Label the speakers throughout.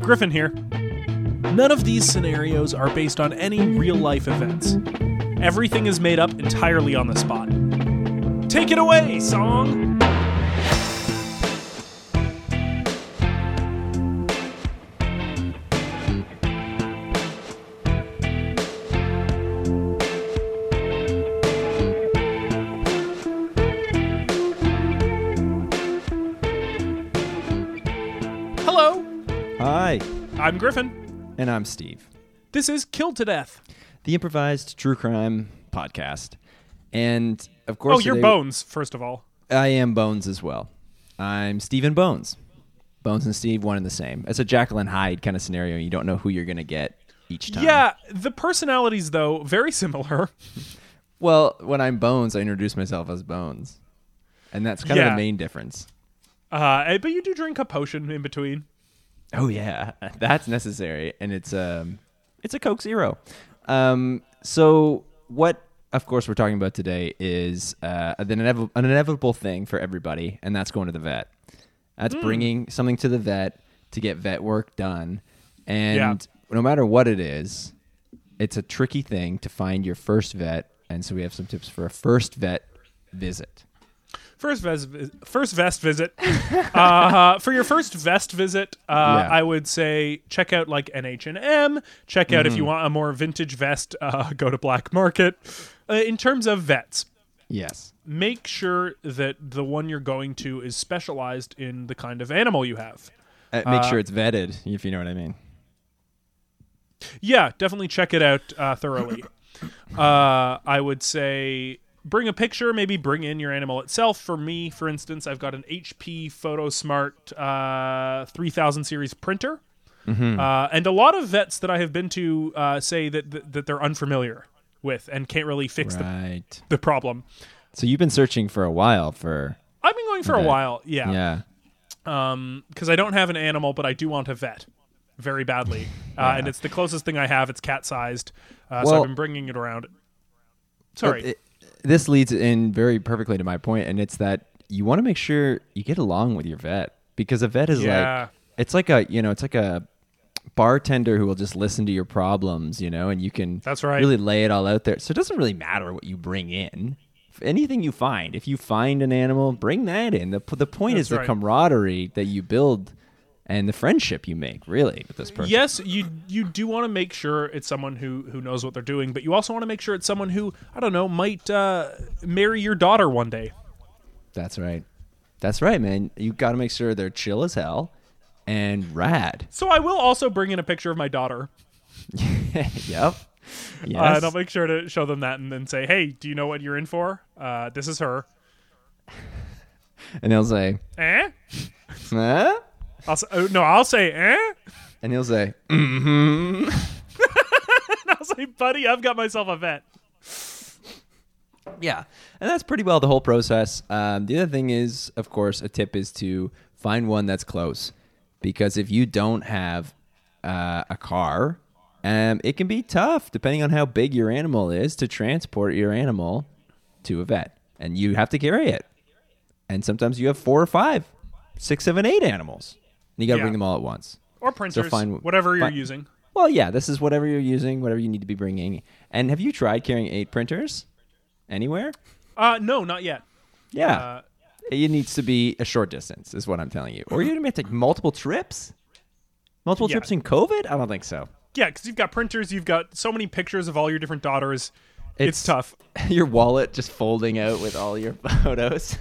Speaker 1: Griffin here. None of these scenarios are based on any real life events. Everything is made up entirely on the spot. Take it away, song! Hello,
Speaker 2: Hi,
Speaker 1: I'm Griffin. Oh,
Speaker 2: and I'm Steve,
Speaker 1: This is Kill to Death.
Speaker 2: the improvised true crime podcast. And of course,
Speaker 1: Oh, you're
Speaker 2: today-
Speaker 1: Bones, first of all.
Speaker 2: I am Bones as well. I'm Steven Bones. Bones and Steve, one and the same. It's a Jacqueline Hyde kind of scenario. You don't know who you're going to get each time.
Speaker 1: Yeah, the personalities, though, very similar.
Speaker 2: Well, when I'm Bones, I introduce myself as Bones. And that's kind of
Speaker 1: Yeah.
Speaker 2: the main difference.
Speaker 1: Uh, but you do drink a potion in between.
Speaker 2: Oh yeah, that's necessary, and it's um, it's a Coke Zero. Um, so what? Of course, we're talking about today is uh, an, inev- an inevitable thing for everybody, and that's going to the vet. That's bringing something to the vet to get vet work done, and no matter what it is, it's a tricky thing to find your first vet. And so we have some tips for a first vet visit.
Speaker 1: First vest, first vest visit. uh, for your first vest visit, uh,
Speaker 2: Yeah.
Speaker 1: I would say check out like NH and M. Check out
Speaker 2: Mm-hmm.
Speaker 1: if you want a more vintage vest, uh, go to Black Market. Uh, in terms of vets,
Speaker 2: Yes.
Speaker 1: make sure that the one you're going to is specialized in the kind of animal you have.
Speaker 2: Uh, make sure it's vetted, if you know what I mean.
Speaker 1: Yeah, definitely check it out uh, thoroughly. uh, I would say bring a picture, maybe bring in your animal itself. For me, for instance, I've got an HP PhotoSmart uh, 3000 series printer. Uh, and a lot of vets that I have been to uh, say that, that that they're unfamiliar with and can't really fix the,
Speaker 2: Right.
Speaker 1: the problem.
Speaker 2: So you've been searching for a while for
Speaker 1: I've been going for a
Speaker 2: Vet.
Speaker 1: while, yeah, because
Speaker 2: yeah.
Speaker 1: I don't have an animal, but I do want a vet very badly, uh, and it's the closest thing I have. It's cat sized, uh, so I've
Speaker 2: Well-
Speaker 1: been bringing it around. Sorry,
Speaker 2: It- this leads in very perfectly to my point, and it's that you want to make sure you get along with your vet because a vet is
Speaker 1: Yeah.
Speaker 2: like it's like a you know it's like a bartender who will just listen to your problems, you know, and you can
Speaker 1: That's right.
Speaker 2: really lay it all out there. So it doesn't really matter what you bring in. If Anything you find, if you find an animal, bring that in. the The point
Speaker 1: That's
Speaker 2: is the
Speaker 1: right.
Speaker 2: camaraderie that you build and the friendship you make, really, with this person.
Speaker 1: Yes, you you do want to make sure it's someone who who knows what they're doing, but you also want to make sure it's someone who I don't know might uh, marry your daughter one day.
Speaker 2: That's right. That's right, man. You got to make sure they're chill as hell and rad.
Speaker 1: So I will also bring in a picture of my daughter,
Speaker 2: yep. Yes.
Speaker 1: uh, and I'll make sure to show them that, and then say, "Hey, do you know what you're in for? Uh, this is her."
Speaker 2: and he'll say,
Speaker 1: Eh?
Speaker 2: huh?
Speaker 1: I'll s- oh, no, I'll say, "Eh?"
Speaker 2: And he'll say,
Speaker 1: I'll say, "Buddy, I've got myself a vet."
Speaker 2: yeah. And that's pretty well the whole process. Um, the other thing is, of course, a tip is to find one that's close because if you don't have uh, a car, um, it can be tough, depending on how big your animal is, to transport your animal to a vet. And you have to carry it. And sometimes you have four or five, six, seven, eight animals. And you got to
Speaker 1: Yeah.
Speaker 2: bring them all at once.
Speaker 1: Or printers,
Speaker 2: fine-
Speaker 1: whatever you're
Speaker 2: fine-
Speaker 1: using.
Speaker 2: Well, yeah, this is whatever you're using, whatever you need to be bringing. And have you tried carrying eight printers anywhere?
Speaker 1: Uh, no, not yet.
Speaker 2: Yeah.
Speaker 1: Uh,
Speaker 2: it needs to be a short distance, is what I'm telling you. Or you're going to take multiple trips? Multiple
Speaker 1: Yeah.
Speaker 2: trips in COVID? I don't think so.
Speaker 1: yeah, because you've got printers, you've got so many pictures of all your different daughters. it's
Speaker 2: It's-
Speaker 1: tough.
Speaker 2: your wallet just folding out with all your photos.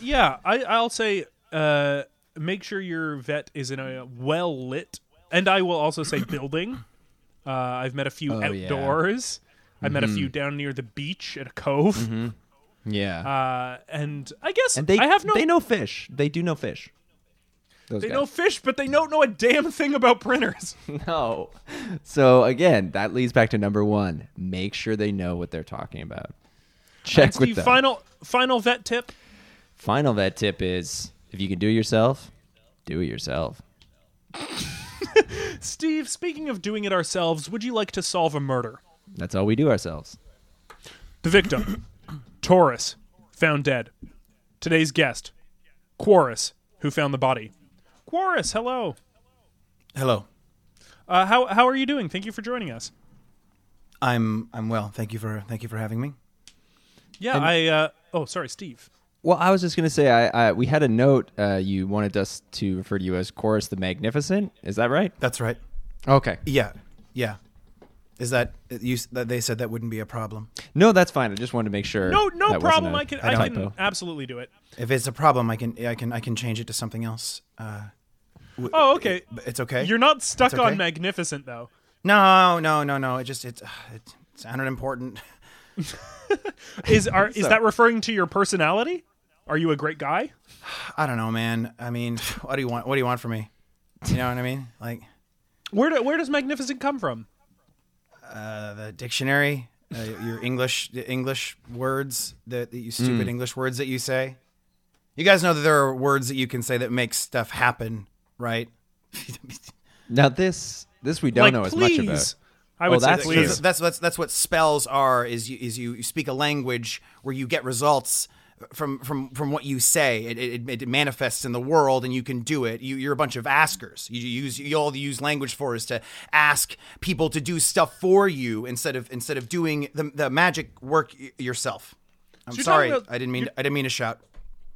Speaker 1: Yeah, I, I'll say uh, make sure your vet is in a well lit, and I will also say building. Uh, I've met a few
Speaker 2: Oh, yeah. Mm-hmm.
Speaker 1: outdoors. I met a few down near the beach at a cove,
Speaker 2: yeah.
Speaker 1: uh, and I guess
Speaker 2: Mm-hmm. and they
Speaker 1: I have no.
Speaker 2: they know fish. They do know fish. Those
Speaker 1: they
Speaker 2: guys.
Speaker 1: know fish, but they don't know a damn thing about printers.
Speaker 2: No. So again, that leads back to number 1. Make sure they know what they're talking about. Check with
Speaker 1: Steve,
Speaker 2: them.
Speaker 1: final final vet tip.
Speaker 2: Final vet tip is if you can do it yourself, do it yourself.
Speaker 1: Steve, speaking of doing it ourselves, would you like to solve a murder?
Speaker 2: That's all we do ourselves.
Speaker 1: The victim, Taurus, found dead. Today's guest, Quarus, who found the body. Quarus, hello.
Speaker 3: Hello.
Speaker 1: Uh, how how are you doing? Thank you for joining us.
Speaker 3: I'm I'm well. Thank you for thank you for having me.
Speaker 1: Yeah, I. Uh, oh, sorry, Steve.
Speaker 2: Well, I was just gonna say, I, I we had a note. Uh, you wanted us to refer to you as Chorus the Magnificent. Is that right?
Speaker 3: That's right.
Speaker 2: Okay.
Speaker 3: Yeah. Yeah. Is that you that they said that wouldn't be a problem?
Speaker 2: No, that's fine. I just wanted to make sure.
Speaker 1: No, no
Speaker 2: that wasn't
Speaker 1: problem.
Speaker 2: a
Speaker 1: I can
Speaker 2: typo.
Speaker 1: I can absolutely do it.
Speaker 3: If it's a problem, I can I can I can change it to something else. Uh, w-
Speaker 1: Oh, okay.
Speaker 3: but It's okay.
Speaker 1: You're not stuck
Speaker 3: It's okay.
Speaker 1: on magnificent though.
Speaker 3: no, no, no, no. It just it, it sounded important.
Speaker 1: Is are is that referring to your personality? Are you a great guy?
Speaker 3: I don't know, man. I mean, what do you want? What do you want from me? You know what I mean? Like
Speaker 1: Where do, where does magnificent come from?
Speaker 3: uh, the dictionary, uh, your English the English words that, that you stupid English words that you say. You guys know that there are words that you can say that make stuff happen, right?
Speaker 2: Now this this we don't
Speaker 1: like
Speaker 2: know as
Speaker 1: please.
Speaker 2: much about.
Speaker 1: I would
Speaker 2: Oh,
Speaker 1: say
Speaker 2: that's
Speaker 1: please.
Speaker 3: Because that's that's that's what spells are. Is you is you, you speak a language where you get results from from from what you say. It, it, it manifests in the world, and you can do it. You, you're a bunch of askers. You, you use you all use language for is to ask people to do stuff for you instead of instead of doing the, the magic work y- yourself. I'm
Speaker 1: you're
Speaker 3: sorry,
Speaker 1: talking about-
Speaker 3: I didn't mean I didn't mean to shout.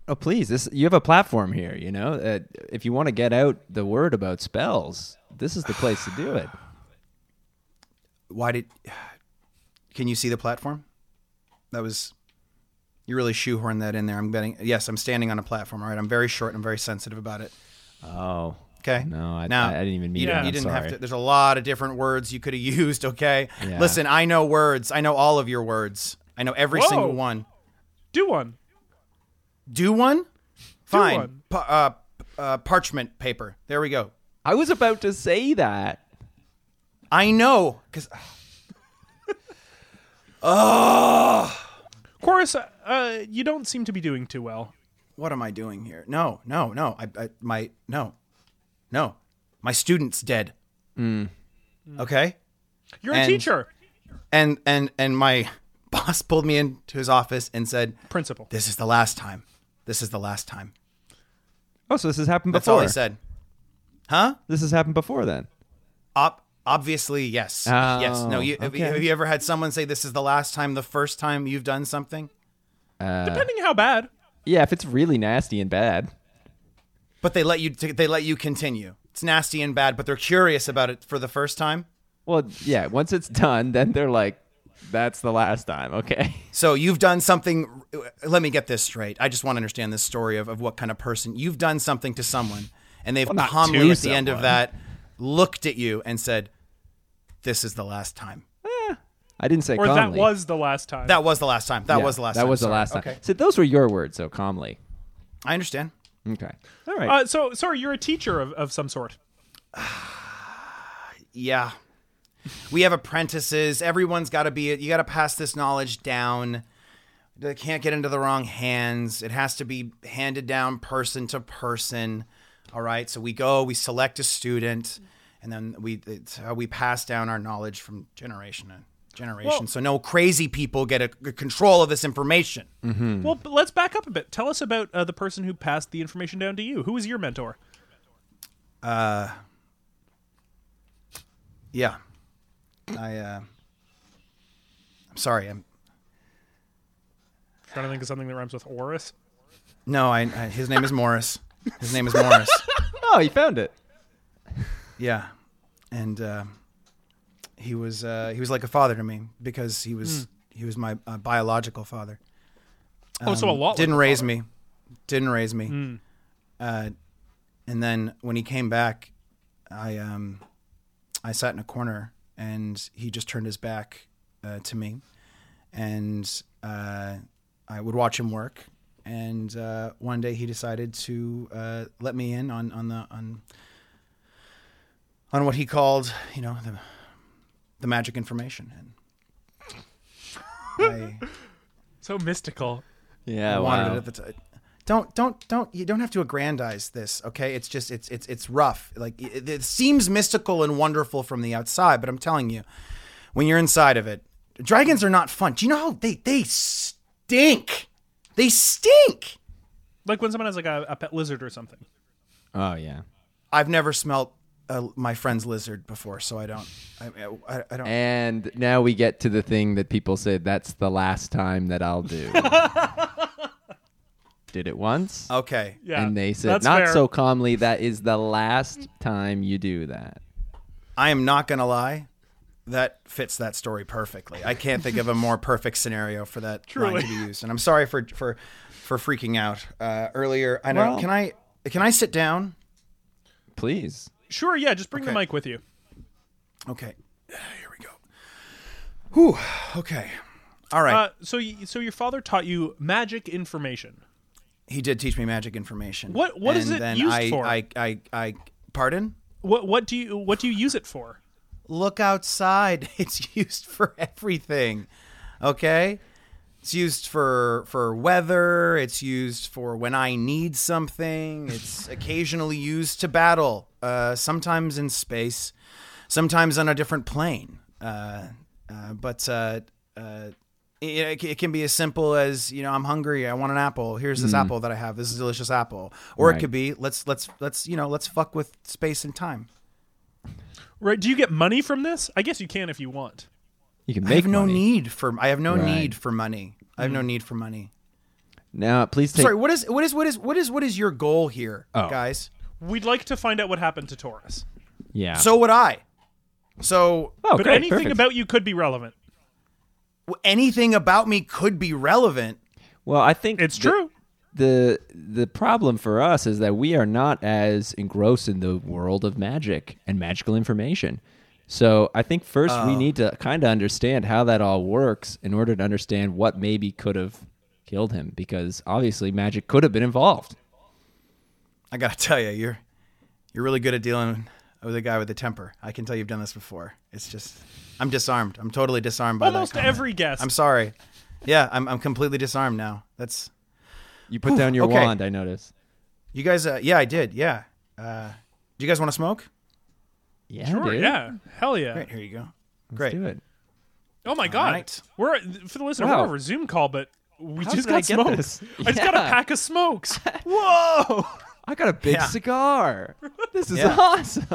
Speaker 2: Oh, please! This you have a platform here. You know, uh, if you want to get out the word about spells, this is the place to do it.
Speaker 3: Why did? Can you see the platform? That was. You really shoehorned that in there. I'm betting. Yes, I'm standing on a platform. All right. I'm very short. and I'm very sensitive about it.
Speaker 2: Oh,
Speaker 3: Okay.
Speaker 2: No, I-
Speaker 3: Now,
Speaker 2: I- I didn't even mean
Speaker 3: you
Speaker 2: it.
Speaker 3: didn't-
Speaker 2: I'm
Speaker 3: You didn't have
Speaker 2: sorry.
Speaker 3: to. There's a lot of different words you could have used. Okay.
Speaker 2: Yeah.
Speaker 3: Listen, I know words. I know all of your words. I know every
Speaker 1: Whoa.
Speaker 3: single one.
Speaker 1: Do one.
Speaker 3: Do one. Fine.
Speaker 1: one.
Speaker 3: Pa- uh, p- uh, parchment paper. There we go.
Speaker 2: I was about to say that.
Speaker 3: I know because
Speaker 1: Chorus, uh, you don't seem to be doing too well.
Speaker 3: what am I doing here? No, no, no. I, I my no, no. My student's dead.
Speaker 2: Mm.
Speaker 3: Okay.
Speaker 1: You're
Speaker 3: And-
Speaker 1: a teacher,
Speaker 3: And and and my boss pulled me into his office and said,
Speaker 1: principal.
Speaker 3: "This is the last time. This is the last time."
Speaker 2: Oh, so this has happened
Speaker 3: That's
Speaker 2: before.
Speaker 3: all he said. Huh?
Speaker 2: This has happened before then.
Speaker 3: Ob- obviously, yes.
Speaker 2: Oh,
Speaker 3: yes. No. You, have, you,
Speaker 2: okay.
Speaker 3: have you ever had someone say this is the last time, the first time you've done something?
Speaker 1: Depending how bad.
Speaker 2: Yeah, if it's really nasty and bad.
Speaker 3: But they let you. T- they let you continue. It's nasty and bad, but they're curious about it for the first time.
Speaker 2: Well, yeah. Once it's done, then they're like, "That's the last time." Okay.
Speaker 3: So you've done something. Let me get this straight. I just want to understand this story of, of what kind of person you've done something to someone, and they've
Speaker 2: not
Speaker 3: calmly
Speaker 2: to
Speaker 3: at the end of
Speaker 2: someone.
Speaker 3: that looked at you and said, "This is the last time.
Speaker 2: I didn't say
Speaker 1: Or that
Speaker 2: calmly.
Speaker 1: was the last time.
Speaker 3: That was the last time. That
Speaker 2: Yeah,
Speaker 3: was the last.
Speaker 2: That
Speaker 3: time.
Speaker 2: was the
Speaker 3: Sorry.
Speaker 2: last time.
Speaker 3: Okay,
Speaker 2: So those were your words, so calmly.
Speaker 3: I understand.
Speaker 2: Okay. All right.
Speaker 1: uh, so, sorry, you're a teacher of, of some sort.
Speaker 3: Yeah. We have apprentices. Everyone's got to be You got to pass this knowledge down. They can't get into the wrong hands. It has to be handed down person to person. All right. So we go, we select a student, and then we it's how we pass down our knowledge from generation to generation.
Speaker 1: Well-
Speaker 3: so no crazy people get a, a control of this information. Hmm.
Speaker 1: Well, but let's back up a bit. Tell us about uh, the person who passed the information down to you. Who was your mentor?
Speaker 3: Yeah. I uh I'm sorry. I'm
Speaker 1: Trying to think of something that rhymes with Oris.
Speaker 3: No, I, I his name is Morris. His name is Morris.
Speaker 2: oh, you found it.
Speaker 3: Yeah, and uh, he was uh, he was like a father to me because he was he was my uh, biological father.
Speaker 1: oh, so a lot. like
Speaker 3: Um,
Speaker 1: Hmm.
Speaker 3: Didn't
Speaker 1: a
Speaker 3: raise
Speaker 1: father.
Speaker 3: me, didn't raise me. Uh, and then when he came back, I um, I sat in a corner and he just turned his back uh, to me, and uh, I would watch him work. And uh, one day he decided to uh, let me in on on the on on what he called you know the the magic information and. I,
Speaker 1: So mystical.
Speaker 2: Yeah.
Speaker 3: wanted
Speaker 2: Oh, wow.
Speaker 3: it at the time. Don't don't don't you don't have to aggrandize this, okay? It's just it's it's it's rough. Like it, it seems mystical and wonderful from the outside, but I'm telling you, when you're inside of it, dragons are not fun. Do you know how they they stink? They stink.
Speaker 1: Like when someone has like a, a pet lizard or something.
Speaker 2: Oh yeah.
Speaker 3: I've never smelt uh, my friend's lizard before, so I don't. I, I, I don't.
Speaker 2: And now we get to the thing that people say that's the last time that I'll do. Did it once.
Speaker 3: okay.
Speaker 1: Yeah,
Speaker 2: and they said,
Speaker 1: that's
Speaker 2: not
Speaker 1: fair.
Speaker 2: so calmly, that is the last time you do that.
Speaker 3: I am not gonna lie. That fits that story perfectly. I can't think of a more perfect scenario for that
Speaker 1: Truly.
Speaker 3: line to be used. And I'm sorry for for for freaking out uh, earlier. I don't.
Speaker 2: Well-
Speaker 3: can I can I sit down?
Speaker 2: Please.
Speaker 1: Sure, yeah, just bring the
Speaker 3: Okay.
Speaker 1: mic with you.
Speaker 3: Okay. Here we go. Whew. Okay. All right.
Speaker 1: Uh, so, y- so your father taught you magic information.
Speaker 3: he did teach me magic information.
Speaker 1: What- what
Speaker 3: What is
Speaker 1: is it used
Speaker 3: I,
Speaker 1: for?
Speaker 3: I, I, I, pardon?
Speaker 1: What what do you what do you use it for?
Speaker 3: Look outside. It's used for everything. Okay. It's used for for weather. It's used for when I need something. It's occasionally used to battle. Uh, sometimes in space, sometimes on a different plane. Uh, uh, but uh, uh, it, it can be as simple as you know I'm hungry. I want an apple. Here's this apple that I have. This is a delicious apple. Or
Speaker 2: Right.
Speaker 3: it could be let's let's let's you know let's fuck with space and time.
Speaker 1: Right? Do you get money from this? I guess you can if you want.
Speaker 2: You can
Speaker 3: I
Speaker 2: make
Speaker 3: have no
Speaker 2: money.
Speaker 3: need for I have no
Speaker 2: Right. Mm-hmm.
Speaker 3: need for money. I have no need for money.
Speaker 2: Now, please take.
Speaker 3: Sorry, what is what is what is what is what is your goal here,
Speaker 2: Oh.
Speaker 3: guys?
Speaker 1: We'd like to find out what happened to Taurus.
Speaker 2: Yeah.
Speaker 3: So would I. So
Speaker 2: oh,
Speaker 1: but
Speaker 2: great,
Speaker 1: anything
Speaker 2: perfect.
Speaker 1: about you could be relevant.
Speaker 3: w- anything about me could be relevant.
Speaker 2: Well, I think
Speaker 1: It's
Speaker 2: the-
Speaker 1: true.
Speaker 2: The the problem for us is that we are not as engrossed in the world of magic and magical information. So I think first we need to kind of understand how that all works in order to understand what maybe could have killed him, because obviously magic could have been involved.
Speaker 3: I gotta tell you, you're you're really good at dealing with a guy with a temper. I can tell you've done this before. It's just I'm disarmed. I'm totally disarmed by that
Speaker 1: Almost
Speaker 3: comment.
Speaker 1: every guest.
Speaker 3: I'm sorry. Yeah, I'm I'm completely disarmed now. That's
Speaker 2: You put down your
Speaker 3: okay.
Speaker 2: wand, I notice.
Speaker 3: you guys. Uh, yeah, I did. Yeah. Uh, do you guys want to smoke?
Speaker 2: Yeah,
Speaker 1: Sure,
Speaker 2: dude.
Speaker 1: yeah, hell yeah.
Speaker 3: Great. Here you go. Great.
Speaker 2: Do it.
Speaker 1: Oh my god,
Speaker 3: right.
Speaker 1: we're for the listener.
Speaker 2: Wow.
Speaker 1: We're over Zoom call, but we
Speaker 2: How
Speaker 1: just
Speaker 2: did I
Speaker 1: got
Speaker 2: get
Speaker 1: smokes.
Speaker 2: this?
Speaker 1: I just got a
Speaker 2: Yeah.
Speaker 1: pack of smokes.
Speaker 3: Whoa.
Speaker 2: I got a big
Speaker 3: Yeah.
Speaker 2: cigar. This is
Speaker 3: Yeah.
Speaker 2: awesome.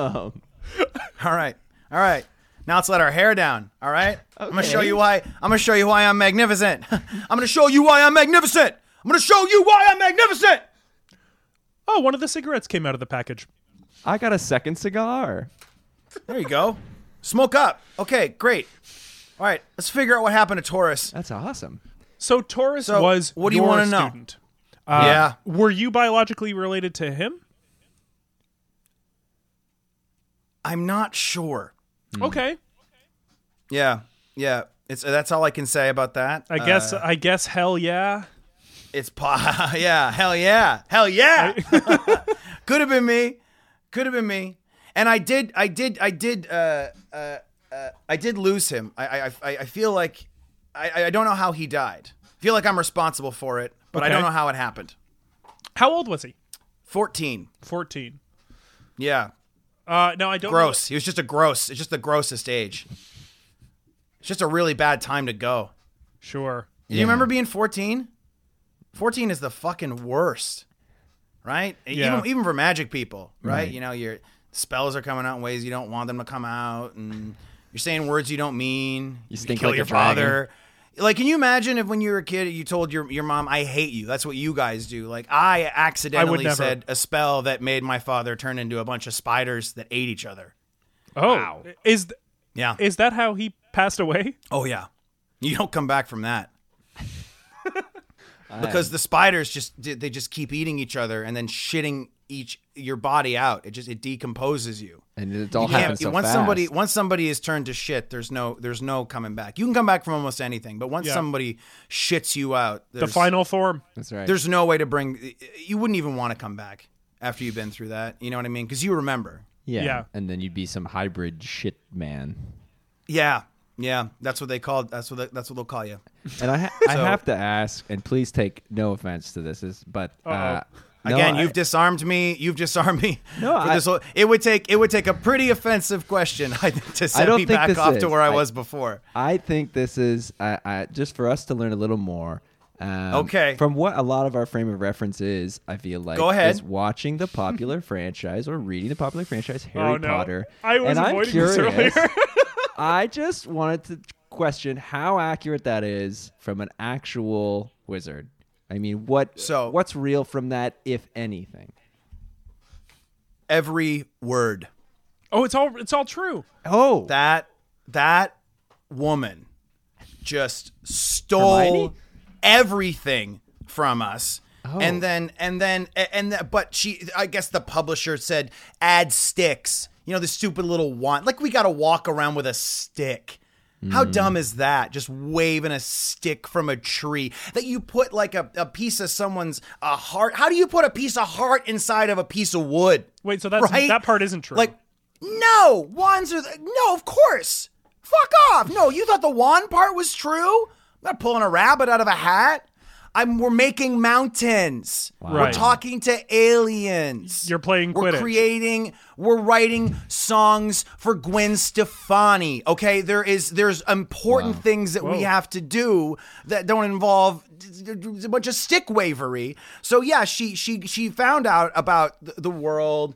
Speaker 3: All right. All right. Now let's let our hair down. All right. I'm gonna show
Speaker 2: Okay.
Speaker 3: you why. I'm gonna show you why I'm magnificent. I'm gonna show you why I'm magnificent. I'm gonna show you why I'm magnificent.
Speaker 1: Oh, one of the cigarettes came out of the package.
Speaker 2: I got a second cigar.
Speaker 3: There you go. Smoke up. Okay. Great. All right. Let's figure out what happened to Taurus.
Speaker 2: That's awesome.
Speaker 1: So Taurus
Speaker 3: So,
Speaker 1: was
Speaker 3: what do you
Speaker 1: your
Speaker 3: wanna know?
Speaker 1: student. Uh,
Speaker 3: Yeah.
Speaker 1: Were you biologically related to him?
Speaker 3: I'm not sure.
Speaker 2: Hmm.
Speaker 1: Okay.
Speaker 3: Yeah. Yeah. It's that's all I can say about that.
Speaker 1: I guess.
Speaker 2: Uh,
Speaker 1: I guess. Hell yeah.
Speaker 3: It's pa. yeah, hell yeah, hell yeah. Could have been me. Could have been me. And I did. I did. I did. Uh, uh, uh, I did lose him. I. I. I I feel like. I. I don't know how he died. I feel like I'm responsible for it, but I
Speaker 1: Okay.
Speaker 3: don't know how it happened.
Speaker 1: How old was he?
Speaker 3: Fourteen.
Speaker 1: Fourteen.
Speaker 3: Yeah.
Speaker 1: Uh, no, I don't. know-
Speaker 3: Gross. He was just a gross. It's just the grossest age. It's just a really bad time to go.
Speaker 1: Sure.
Speaker 3: Do You remember being 14? 14 is the fucking worst, right? E-,
Speaker 1: Yeah.
Speaker 3: Even, even for magic people, right?
Speaker 2: Right.
Speaker 3: You know, your spells are coming out in ways you don't want them to come out, and you're saying words you don't mean. You
Speaker 2: stink
Speaker 3: kill
Speaker 2: like a
Speaker 3: your father. Like, can you imagine if when you were a kid, you told your, your mom, I hate you? That's what you guys do. Like, I accidentally
Speaker 1: never.
Speaker 3: said a spell that made my father turn into a bunch of spiders that ate each other.
Speaker 1: Oh. Is th-
Speaker 3: Yeah.
Speaker 1: is that how he passed away?
Speaker 3: Oh yeah, you don't come back from that. because the spiders just they just keep eating each other and then shitting each your body out. It just it decomposes you.
Speaker 2: And it all
Speaker 3: You can't-
Speaker 2: happens so
Speaker 3: once
Speaker 2: fast.
Speaker 3: somebody once somebody is turned to shit, there's no there's no coming back. You can come back from almost anything, but once
Speaker 1: Yeah.
Speaker 3: somebody shits you out,
Speaker 1: The
Speaker 3: there's,
Speaker 1: final form.
Speaker 2: That's right.
Speaker 3: there's no way to bring. You wouldn't even want to come back after you've been through that. You know what I mean? Because you remember.
Speaker 2: yeah.
Speaker 1: Yeah.
Speaker 2: And then you'd be some hybrid shit man.
Speaker 3: Yeah, yeah. That's what they called. That's what they, that's what they'll call you.
Speaker 2: And I, ha- I have to ask, and please take no offense to this, is but uh, no,
Speaker 3: Again,
Speaker 2: I-
Speaker 3: you've disarmed me. You've disarmed me.
Speaker 2: No,
Speaker 3: for
Speaker 2: I-
Speaker 3: this whole, it would take it would take a pretty offensive question I think, to set
Speaker 2: don't
Speaker 3: me
Speaker 2: think
Speaker 3: back
Speaker 2: this
Speaker 3: off
Speaker 2: is.
Speaker 3: to where I,
Speaker 2: I-
Speaker 3: was before.
Speaker 2: I think this is I, I, just for us to learn a little more. Um,
Speaker 3: Okay.
Speaker 2: From what a lot of our frame of reference is, I feel like
Speaker 3: Go ahead.
Speaker 2: is watching the popular franchise or reading the popular franchise Harry
Speaker 1: Oh, no.
Speaker 2: Potter.
Speaker 1: I was
Speaker 2: and I'm
Speaker 1: avoiding this
Speaker 2: curious,
Speaker 1: earlier.
Speaker 2: I just wanted to question how accurate that is from an actual wizard. I mean, what
Speaker 3: So-
Speaker 2: what's real from that, if anything?
Speaker 3: Every word.
Speaker 1: Oh, it's all it's all true.
Speaker 2: Oh,
Speaker 3: That that woman just stole
Speaker 2: Hermione?
Speaker 3: everything from us.
Speaker 2: Oh.
Speaker 3: And then and then and that but she I guess the publisher said add sticks. You know the stupid little wand. Like we got to walk around with a stick. How
Speaker 2: Hmm.
Speaker 3: dumb is that? Just waving a stick from a tree that you put like a, a piece of someone's a heart. How do you put a piece of heart inside of a piece of wood?
Speaker 1: Wait, so that's
Speaker 3: Right?
Speaker 1: that part isn't true.
Speaker 3: Like, no, wands are. The, no, of course. Fuck off. No, you thought the wand part was true? I'm not pulling a rabbit out of a hat. I'm, we're making mountains. We're
Speaker 1: Right.
Speaker 3: talking to aliens.
Speaker 1: You're playing
Speaker 3: We're
Speaker 1: Quidditch.
Speaker 3: creating. We're writing songs for Gwen Stefani. Okay, there is there's important things that we
Speaker 1: Whoa.
Speaker 3: have to do that don't involve d- d- a bunch of stick wavery. So yeah, she she she found out about th- the world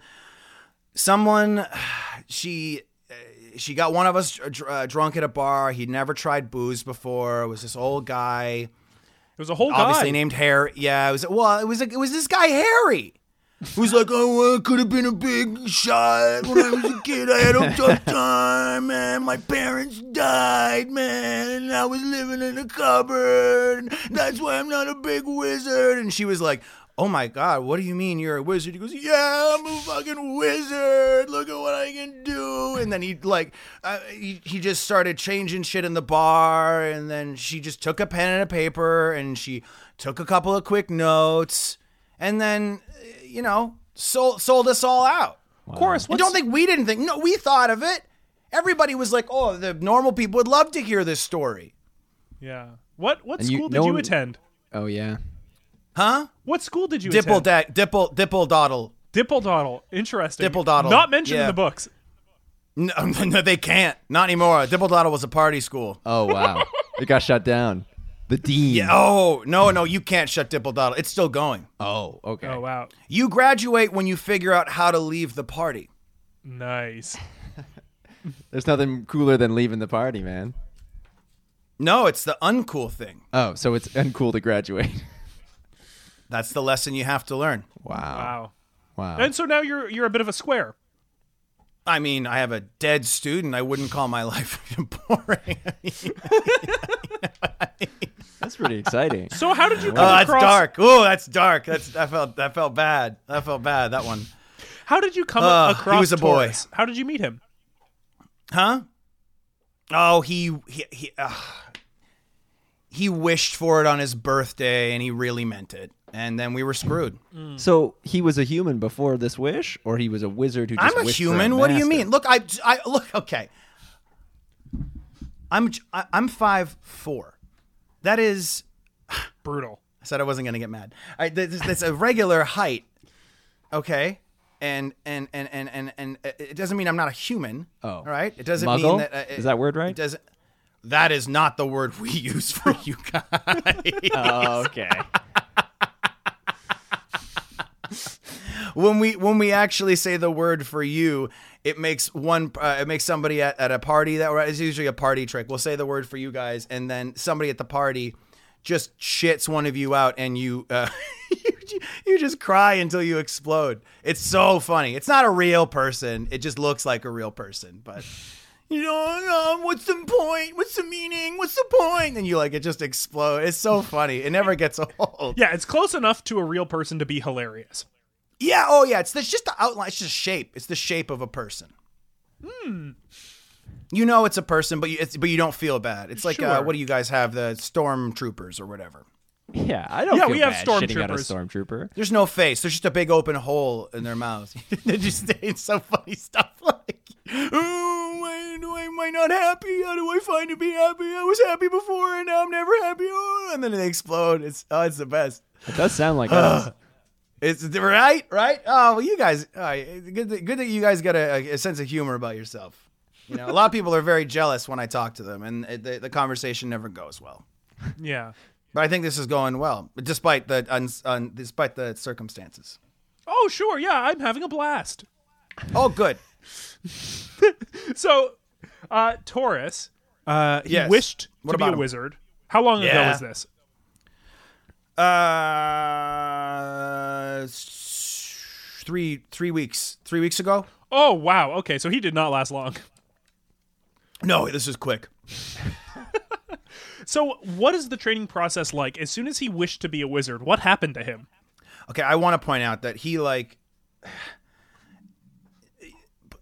Speaker 3: someone she uh, she got one of us dr- uh, drunk at a bar he'd never tried booze before it was this old guy
Speaker 1: it was a whole
Speaker 3: obviously
Speaker 1: guy.
Speaker 3: named harry yeah it was well it was it was this guy harry who's like oh i could have been a big shot when i was a kid i had a tough time man my parents died man and i was living in a cupboard that's why i'm not a big wizard and she was like Oh my God, what do you mean you're a wizard? He goes, Yeah, I'm a fucking wizard. Look at what I can do. And then he, like, uh, he, he just started changing shit in the bar. And then she just took a pen and a paper and she took a couple of quick notes. And then, uh, you know, sold, sold us all out.
Speaker 1: Of course.
Speaker 3: And
Speaker 1: What's,
Speaker 3: don't think we didn't think. No, we thought of it. Everybody was like, Oh, the normal people would love to hear this story.
Speaker 1: yeah. What what
Speaker 2: And you-
Speaker 1: school did
Speaker 2: no
Speaker 1: you
Speaker 2: one-
Speaker 1: attend?
Speaker 2: oh yeah.
Speaker 3: Huh?
Speaker 1: What school did you
Speaker 3: Dipple,
Speaker 1: attend?
Speaker 3: da- dipple, dipple, doddle.
Speaker 1: Dippledoddle. Interesting.
Speaker 3: Dippledoddle.
Speaker 1: Not mentioned
Speaker 3: Yeah.
Speaker 1: in the books.
Speaker 3: No, no, they can't. Not anymore. Dippledoddle was a party school.
Speaker 2: Oh wow. it got shut down. The dean.
Speaker 3: Yeah, oh, no, no, you can't shut Dippledoddle. It's still going.
Speaker 2: Oh okay.
Speaker 1: Oh wow.
Speaker 3: You graduate when you figure out how to leave the party.
Speaker 1: Nice.
Speaker 2: There's nothing cooler than leaving the party, man.
Speaker 3: No, it's the uncool thing.
Speaker 2: Oh, so it's uncool to graduate.
Speaker 3: That's the lesson you have to learn.
Speaker 2: Wow.
Speaker 1: Wow.
Speaker 2: Wow.
Speaker 1: And so now you're you're a bit of a square.
Speaker 3: I mean, I have a dead student. I wouldn't call my life boring.
Speaker 2: That's pretty exciting.
Speaker 1: So how did you
Speaker 3: oh,
Speaker 1: come
Speaker 3: that's
Speaker 1: across
Speaker 3: dark. Oh, that's dark. That's that felt that felt bad. That felt bad. That one,
Speaker 1: How did you come
Speaker 3: Ugh, Uh, he
Speaker 1: across
Speaker 3: was a boy.
Speaker 1: Taurus? How did you meet him?
Speaker 3: huh? Oh, he he he. Uh, he wished for it on his birthday, and he really meant it. And then we were screwed.
Speaker 2: so he was a human before this wish, or he was a wizard who just
Speaker 3: I'm a
Speaker 2: wished for
Speaker 3: human. What do you
Speaker 2: master?
Speaker 3: mean? Look, I, I look. Okay, I'm j- I- I'm five four. That is,
Speaker 1: Brutal.
Speaker 3: I said I wasn't gonna get mad. I, th- th- that's a regular height. Okay, and and and and and and uh, it doesn't mean I'm not a human.
Speaker 2: Oh.
Speaker 3: all right. It doesn't mean
Speaker 2: Muggle?
Speaker 3: that. Uh, it-
Speaker 2: Is that word right?
Speaker 3: It doesn't. That is not the word we use for you guys.
Speaker 2: Oh, okay.
Speaker 3: when we when we actually say the word for you, it makes one uh, it makes somebody at, at a party that it's usually a party trick. We'll say the word for you guys, and then somebody at the party just shits one of you out, and you uh, you, you just cry until you explode. It's so funny. It's not a real person. It just looks like a real person, but. You know, um, what's the point? What's the meaning? What's the point? And you like it just explode. It's so funny. It never gets old.
Speaker 1: Yeah, it's close enough to a real person to be hilarious.
Speaker 3: Yeah. Oh, yeah. It's, it's just the outline. It's just shape. It's the shape of a person. You know, it's a person, but you, it's, but you don't feel bad. It's like uh,
Speaker 1: Sure.
Speaker 3: what do you guys have? The stormtroopers or whatever.
Speaker 2: Yeah, I don't.
Speaker 1: Yeah,
Speaker 2: feel
Speaker 1: we have
Speaker 2: bad shitting on a
Speaker 1: stormtroopers.
Speaker 2: stormtrooper.
Speaker 3: There's no face. There's just a big open hole in their mouth. they just it's so funny stuff like, oh, why do I, am I not happy? How do I find to be happy? I was happy before, and now I'm never happy. Oh, and then they explode. It's oh, it's the best.
Speaker 2: It does sound like us.
Speaker 3: It's right, right. Oh well, you guys. all right, good, that, good that you guys got a, a sense of humor about yourself. You know, a lot of people are very jealous when I talk to them, and it, the, the conversation never goes well.
Speaker 1: Yeah.
Speaker 3: But I think this is going well, despite the uns un, despite the circumstances.
Speaker 1: Oh, sure. Yeah, I'm having a blast.
Speaker 3: Oh, good.
Speaker 1: So, uh, Taurus, uh, he
Speaker 3: Yes.
Speaker 1: wished
Speaker 3: What
Speaker 1: to be a
Speaker 3: about him?
Speaker 1: wizard. How long ago
Speaker 3: Yeah.
Speaker 1: was this?
Speaker 3: Uh, s- three three weeks three weeks ago.
Speaker 1: Oh, wow. Okay, so he did not last long.
Speaker 3: No, this is quick.
Speaker 1: So, what is the training process like? As soon as he wished to be a wizard, what happened to him?
Speaker 3: Okay, I want to point out that he like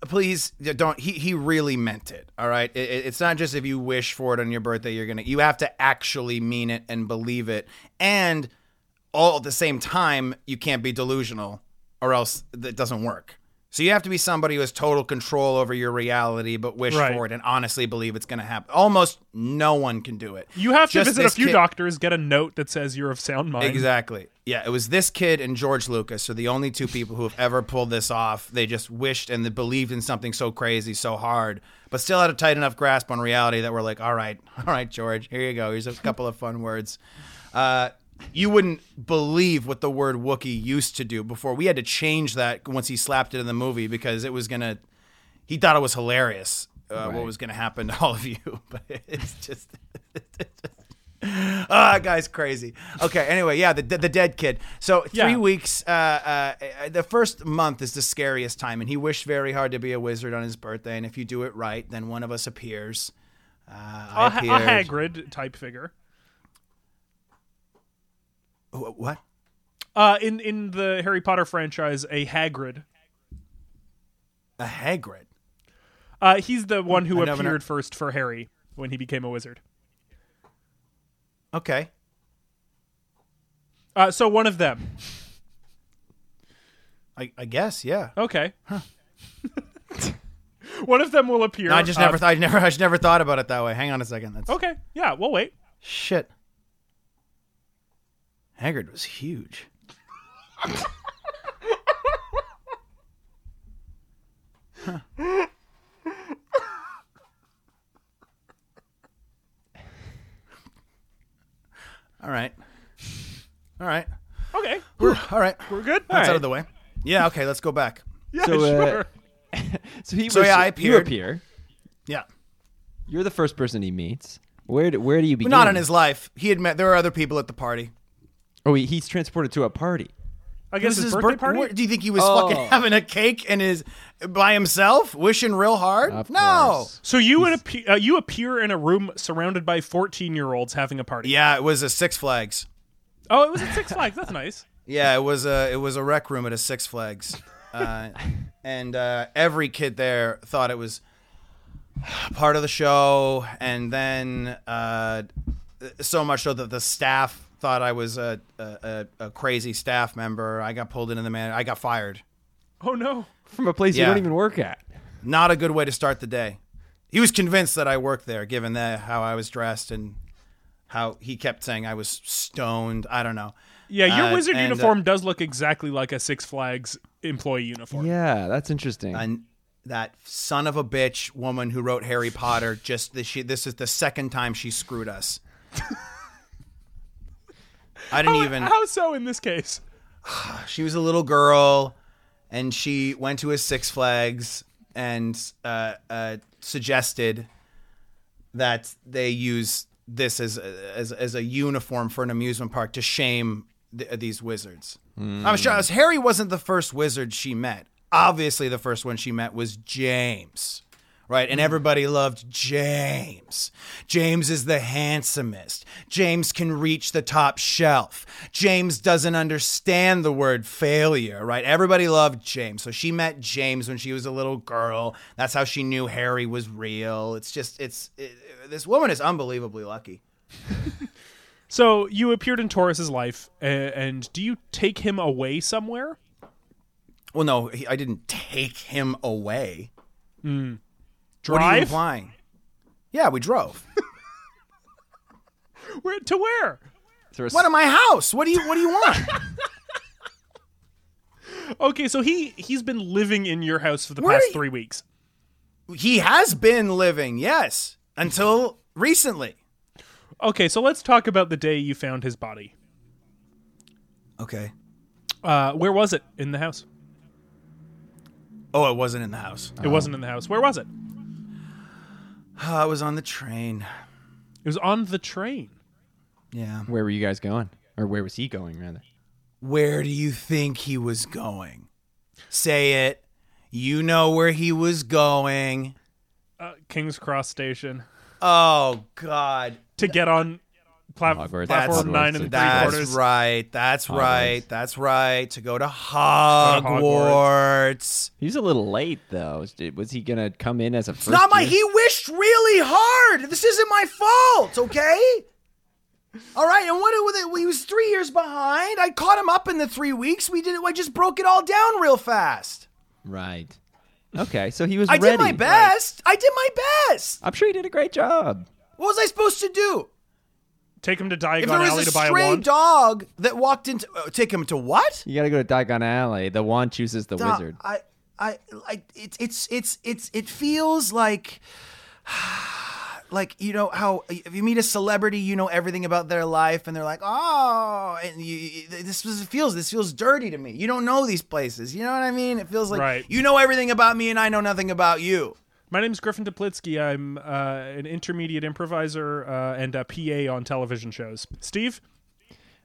Speaker 3: please don't he he really meant it. All right? It- it- it's not just if you wish for it on your birthday you're going to you have to actually mean it and believe it. And all at the same time you can't be delusional or else it doesn't work. So you have to be somebody who has total control over your reality but wish
Speaker 1: Right.
Speaker 3: for it and honestly believe it's going to happen. Almost no one can do it.
Speaker 1: You have to
Speaker 3: Just
Speaker 1: visit a
Speaker 3: this
Speaker 1: few
Speaker 3: kid-
Speaker 1: doctors, get a note that says you're of sound mind.
Speaker 3: Exactly. Yeah, it was this kid and George Lucas are the only two people who have ever pulled this off. They just wished and they believed in something so crazy, so hard, but still had a tight enough grasp on reality that we're like, all right, all right, George, here you go. Here's a couple of fun words. Uh, you wouldn't believe what the word Wookiee used to do before. We had to change that once he slapped it in the movie because it was going to, he thought it was hilarious uh, what
Speaker 2: Right.
Speaker 3: was going to happen to all of you, but it's just. Ah, that guy's crazy. Okay. Anyway, yeah, the the dead kid. So three
Speaker 1: Yeah.
Speaker 3: weeks. Uh, uh, the first month is the scariest time, and he wished very hard to be a wizard on his birthday. And if you do it right, then one of us appears. Uh,
Speaker 1: A,
Speaker 3: I
Speaker 1: a
Speaker 3: appeared.
Speaker 1: Hagrid type figure.
Speaker 3: Wh- What?
Speaker 1: Uh, in in the Harry Potter franchise, a Hagrid.
Speaker 3: A Hagrid.
Speaker 1: Uh, he's the one who
Speaker 3: I never kno-
Speaker 1: appeared first for Harry when he became a wizard.
Speaker 3: Okay.
Speaker 1: Uh, so one of them.
Speaker 3: I, I guess. Yeah.
Speaker 1: Okay. one of them will appear.
Speaker 3: No, I just
Speaker 1: uh,
Speaker 3: never. Th- I never. I just never thought about it that way. Hang on a second. That's
Speaker 1: Okay. Yeah, we'll wait.
Speaker 3: shit. Hagrid was huge. All right. All right.
Speaker 1: Okay.
Speaker 3: Whew, all right.
Speaker 1: We're good.
Speaker 3: That's
Speaker 2: right.
Speaker 3: out of the way. Yeah, okay, let's go back.
Speaker 1: Yeah,
Speaker 2: So, uh,
Speaker 1: sure.
Speaker 2: So he
Speaker 3: So,
Speaker 2: was,
Speaker 3: yeah, I
Speaker 2: you
Speaker 3: appeared.
Speaker 2: appear.
Speaker 3: Yeah.
Speaker 2: You're the first person he meets. Where do, where do you begin?
Speaker 3: Not in his life. He had met there were other people at the party.
Speaker 2: Oh, he, he's transported to a party.
Speaker 1: I guess his,
Speaker 3: This is
Speaker 1: birthday
Speaker 3: bir-
Speaker 1: party.
Speaker 3: what- do you think he was
Speaker 2: Oh.
Speaker 3: fucking having a cake and is by himself, wishing real hard?
Speaker 2: Of
Speaker 3: no.
Speaker 2: course.
Speaker 1: So you would appear, uh, you appear in a room surrounded by fourteen year olds having a party.
Speaker 3: Yeah, it was a Six Flags.
Speaker 1: Oh, it was at Six Flags. That's nice.
Speaker 3: Yeah, it was a it was a rec room at a Six Flags, uh, and uh, every kid there thought it was part of the show. And then uh, so much so that the staff thought I was a, a, a a crazy staff member. I got pulled into the man. I got fired.
Speaker 1: Oh no.
Speaker 2: From a place
Speaker 3: Yeah.
Speaker 2: you don't even work at.
Speaker 3: Not a good way to start the day. He was convinced that I worked there, given that how I was dressed and how he kept saying I was stoned. I don't know.
Speaker 1: Yeah, your
Speaker 3: Uh,
Speaker 1: wizard
Speaker 3: and, uh,
Speaker 1: uniform does look exactly like a Six Flags employee uniform.
Speaker 2: Yeah, that's interesting.
Speaker 3: and that son of a bitch woman who wrote Harry Potter just this she this is the second time she screwed us. I didn't
Speaker 1: How,
Speaker 3: even
Speaker 1: how so in this case?
Speaker 3: she was a little girl and she went to a Six Flags and uh, uh, suggested that they use this as a, as as a uniform for an amusement park to shame th- these wizards. I'm sure Harry wasn't the first wizard she met. Obviously, the first one she met was James. Right, and everybody loved James. James is the handsomest. James can reach the top shelf. James doesn't understand the word failure, right? Everybody loved James. So she met James when she was a little girl. That's how she knew Harry was real. It's just, it's, it, this woman is unbelievably lucky.
Speaker 1: So you appeared in Taurus's life, a- and do you take him away somewhere?
Speaker 3: Well, no, he, I didn't take him away. What are you
Speaker 1: Drive
Speaker 3: implying? Yeah, we drove.
Speaker 1: Where, to where?
Speaker 2: Through a
Speaker 3: What am my house? What do you, what do you want?
Speaker 1: Okay, so he he's been living in your house for the
Speaker 3: Where
Speaker 1: past
Speaker 3: are you-
Speaker 1: three weeks.
Speaker 3: he has been living, yes, until recently.
Speaker 1: Okay, so let's talk about the day you found his body.
Speaker 3: Okay.
Speaker 1: Uh, where was it in the house?
Speaker 3: Oh, it wasn't in the house.
Speaker 2: Um,
Speaker 1: It wasn't in the house. Where was it?
Speaker 3: Uh, I was on the train.
Speaker 1: It was on the train.
Speaker 3: Yeah.
Speaker 2: Where were you guys going? Or where was he going, rather?
Speaker 3: Where do you think he was going? Say it. You know where he was going.
Speaker 1: Uh, King's Cross Station
Speaker 3: Oh God.
Speaker 1: to get on pla-
Speaker 2: Hogwarts.
Speaker 3: That's,
Speaker 1: platform nine and three
Speaker 3: that's
Speaker 1: quarters.
Speaker 3: right. That's right. That's right. To go to Hogwarts.
Speaker 2: He was a little late, though. Was- Was he gonna come in as a first?
Speaker 3: It's not my.
Speaker 2: year?
Speaker 3: He wished really hard. This isn't my fault. Okay. All right. And what was it? He was three years behind. I caught him up in the three weeks. We did. I just broke it all down real fast.
Speaker 2: Right. Okay, so he was.
Speaker 3: I did my
Speaker 2: ready.
Speaker 3: best. I did my best.
Speaker 2: I'm sure he did a great job.
Speaker 3: What was I supposed to do?
Speaker 1: Take him to
Speaker 3: If
Speaker 1: Diagon
Speaker 3: there
Speaker 1: Alley
Speaker 3: was a
Speaker 1: to buy a
Speaker 3: stray
Speaker 1: wand.
Speaker 3: dog that walked into, uh, take him to what?
Speaker 2: You gotta go to Diagon Alley. The wand chooses the
Speaker 3: Nah,
Speaker 2: wizard.
Speaker 3: I, I, I, it's, it's, it's, it's, it feels like, like you know how if you meet a celebrity, you know everything about their life, and they're like, oh, and you, you- this was, feels, this feels dirty to me. You don't know these places. You know what I mean? It feels like
Speaker 1: Right.
Speaker 3: you know everything about me, and I know nothing about you.
Speaker 1: My name's Griffin Duplitsky. I'm uh, an intermediate improviser uh, and a PA on television shows. Steve,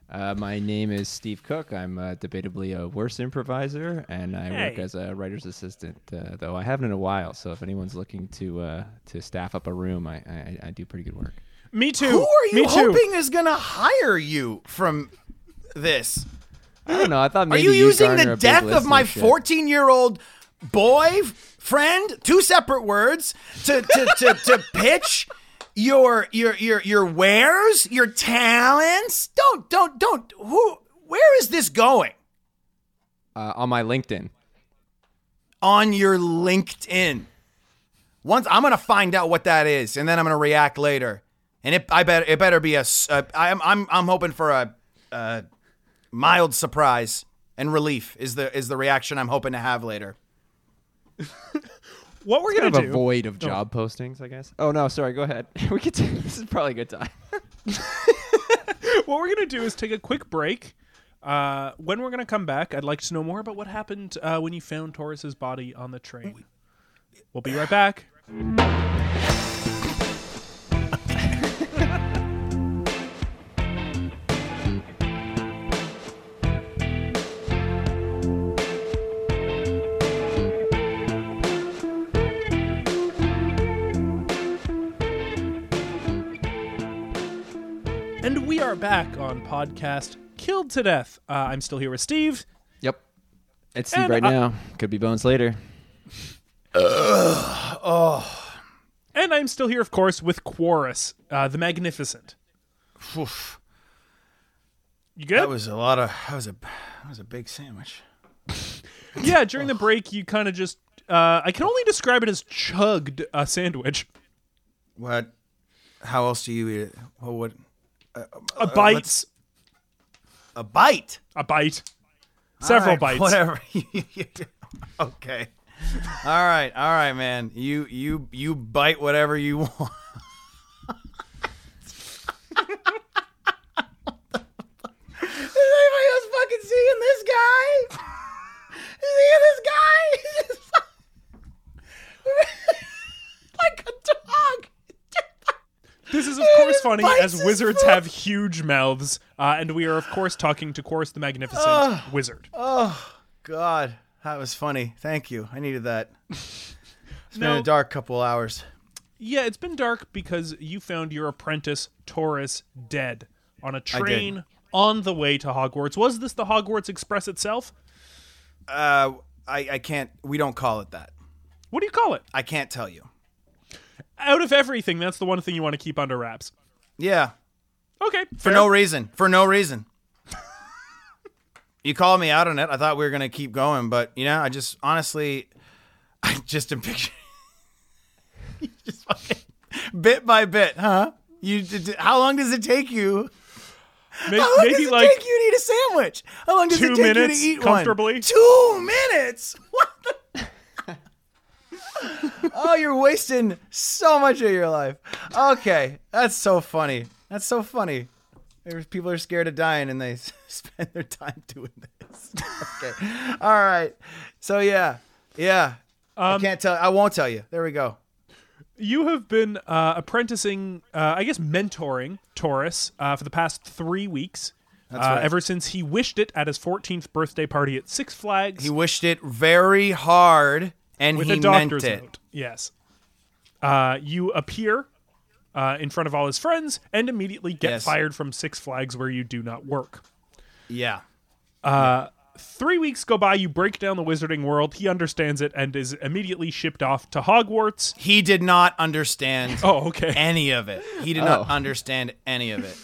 Speaker 2: Uh, my name is Steve Cook. I'm uh, debatably a worse improviser, and I work
Speaker 1: Hey.
Speaker 2: as a writer's assistant. Uh, though I haven't in a while, so if anyone's looking to uh, to staff up a room, I, I I do pretty good work.
Speaker 1: me too.
Speaker 3: Who are you
Speaker 1: me too.
Speaker 3: hoping is gonna hire you from this?
Speaker 2: I don't know. I thought
Speaker 3: Are
Speaker 2: maybe
Speaker 3: you
Speaker 2: you'd
Speaker 3: using
Speaker 2: garner
Speaker 3: the
Speaker 2: a big
Speaker 3: death of my
Speaker 2: listenership.
Speaker 3: 14 year old boy f- friend, two separate words, to, to, to, to pitch your, your your your wares, your talents? Don't don't don't. Who? Where is this going
Speaker 2: uh, on my LinkedIn.
Speaker 3: on your LinkedIn? Once I'm gonna find out what that is, and then I'm gonna react later. And it, I bet it better be a. s- a- I'm I'm I'm hoping for a, a mild surprise and relief is the is the reaction I'm hoping to have later.
Speaker 1: What we're
Speaker 2: Kind of
Speaker 1: gonna
Speaker 2: a
Speaker 1: do?
Speaker 2: void
Speaker 3: Oh.
Speaker 2: of job postings, I guess. Oh no, sorry. Go ahead. we could. T- this is probably a good time.
Speaker 1: what we're gonna do is take a quick break. Uh, when we're gonna come back, I'd like to know more about what happened uh, when you found Taurus's body on the train. We'll be right back. And we are back on podcast Killed to Death. Uh, I'm still here with Steve.
Speaker 2: Yep. It's Steve
Speaker 1: And
Speaker 2: right
Speaker 1: I-
Speaker 2: now. Could be Bones later.
Speaker 1: And I'm still here, of course, with Quarus, uh, the Magnificent.
Speaker 3: Oof.
Speaker 1: You good?
Speaker 3: That was a lot of. That was a. That was a big sandwich.
Speaker 1: yeah, during the break, you kind of just. Uh, I can only describe it as chugged a sandwich.
Speaker 3: What? How else do you eat it? Well, what?
Speaker 1: A bite.
Speaker 3: Uh, let's- A bite.
Speaker 1: a bite. Several
Speaker 3: All right,
Speaker 1: bites.
Speaker 3: Whatever. okay. All right. All right, man. You you you bite whatever you want. Is anybody else fucking seeing this guy? seeing this guy? He's just like a dog.
Speaker 1: This is, of course, funny
Speaker 3: bites
Speaker 1: as
Speaker 3: his
Speaker 1: wizards
Speaker 3: foot.
Speaker 1: have huge mouths, uh, and we are, of course, talking to Quarus the Magnificent Wizard.
Speaker 3: God, that was funny. Thank you. I needed that. It's been
Speaker 1: No.
Speaker 3: a dark couple hours.
Speaker 1: Yeah, it's been dark because you found your apprentice Taurus dead on a train on the way to Hogwarts. Was this the Hogwarts Express itself?
Speaker 3: Uh, I, I can't. We don't call it that.
Speaker 1: What do you call it?
Speaker 3: I can't tell you.
Speaker 1: Out of everything, that's the one thing you want to keep under wraps.
Speaker 3: Yeah,
Speaker 1: Okay,
Speaker 3: for no reason. For no reason. you called me out on it. I thought we were gonna keep going, but you know, I just honestly, I just am picturing. You just fucking bit by bit, huh? You did, did- how long does it take you?
Speaker 1: maybe,
Speaker 3: How long
Speaker 1: maybe
Speaker 3: does it
Speaker 1: like
Speaker 3: take you to eat a sandwich? How long does
Speaker 1: two
Speaker 3: it take
Speaker 1: minutes
Speaker 3: you to eat
Speaker 1: comfortably?
Speaker 3: One? Two minutes. What the? oh, you're wasting so much of your life. Okay, that's so funny. That's so funny. There's people are scared of dying and they spend their time doing this. okay. All right. So yeah, yeah. I
Speaker 1: Um,
Speaker 3: can't tell. I won't tell you. There we go.
Speaker 1: You have been uh, apprenticing, uh, I guess, mentoring Taurus uh, for the past three weeks. That's
Speaker 3: right.
Speaker 1: Ever since he wished it at his 14th birthday party at Six Flags
Speaker 3: He wished it very hard, and
Speaker 1: with
Speaker 3: he
Speaker 1: a doctor's
Speaker 3: meant it.
Speaker 1: note. Yes. Uh, you appear uh, in front of all his friends and immediately get
Speaker 3: Yes.
Speaker 1: fired from Six Flags where you do not work.
Speaker 3: Yeah.
Speaker 1: Three weeks go by, you break down the wizarding world. He understands it and is immediately shipped off to Hogwarts.
Speaker 3: He did not understand
Speaker 1: Oh, okay.
Speaker 3: any of it. He did not
Speaker 2: Oh.
Speaker 3: understand any of it.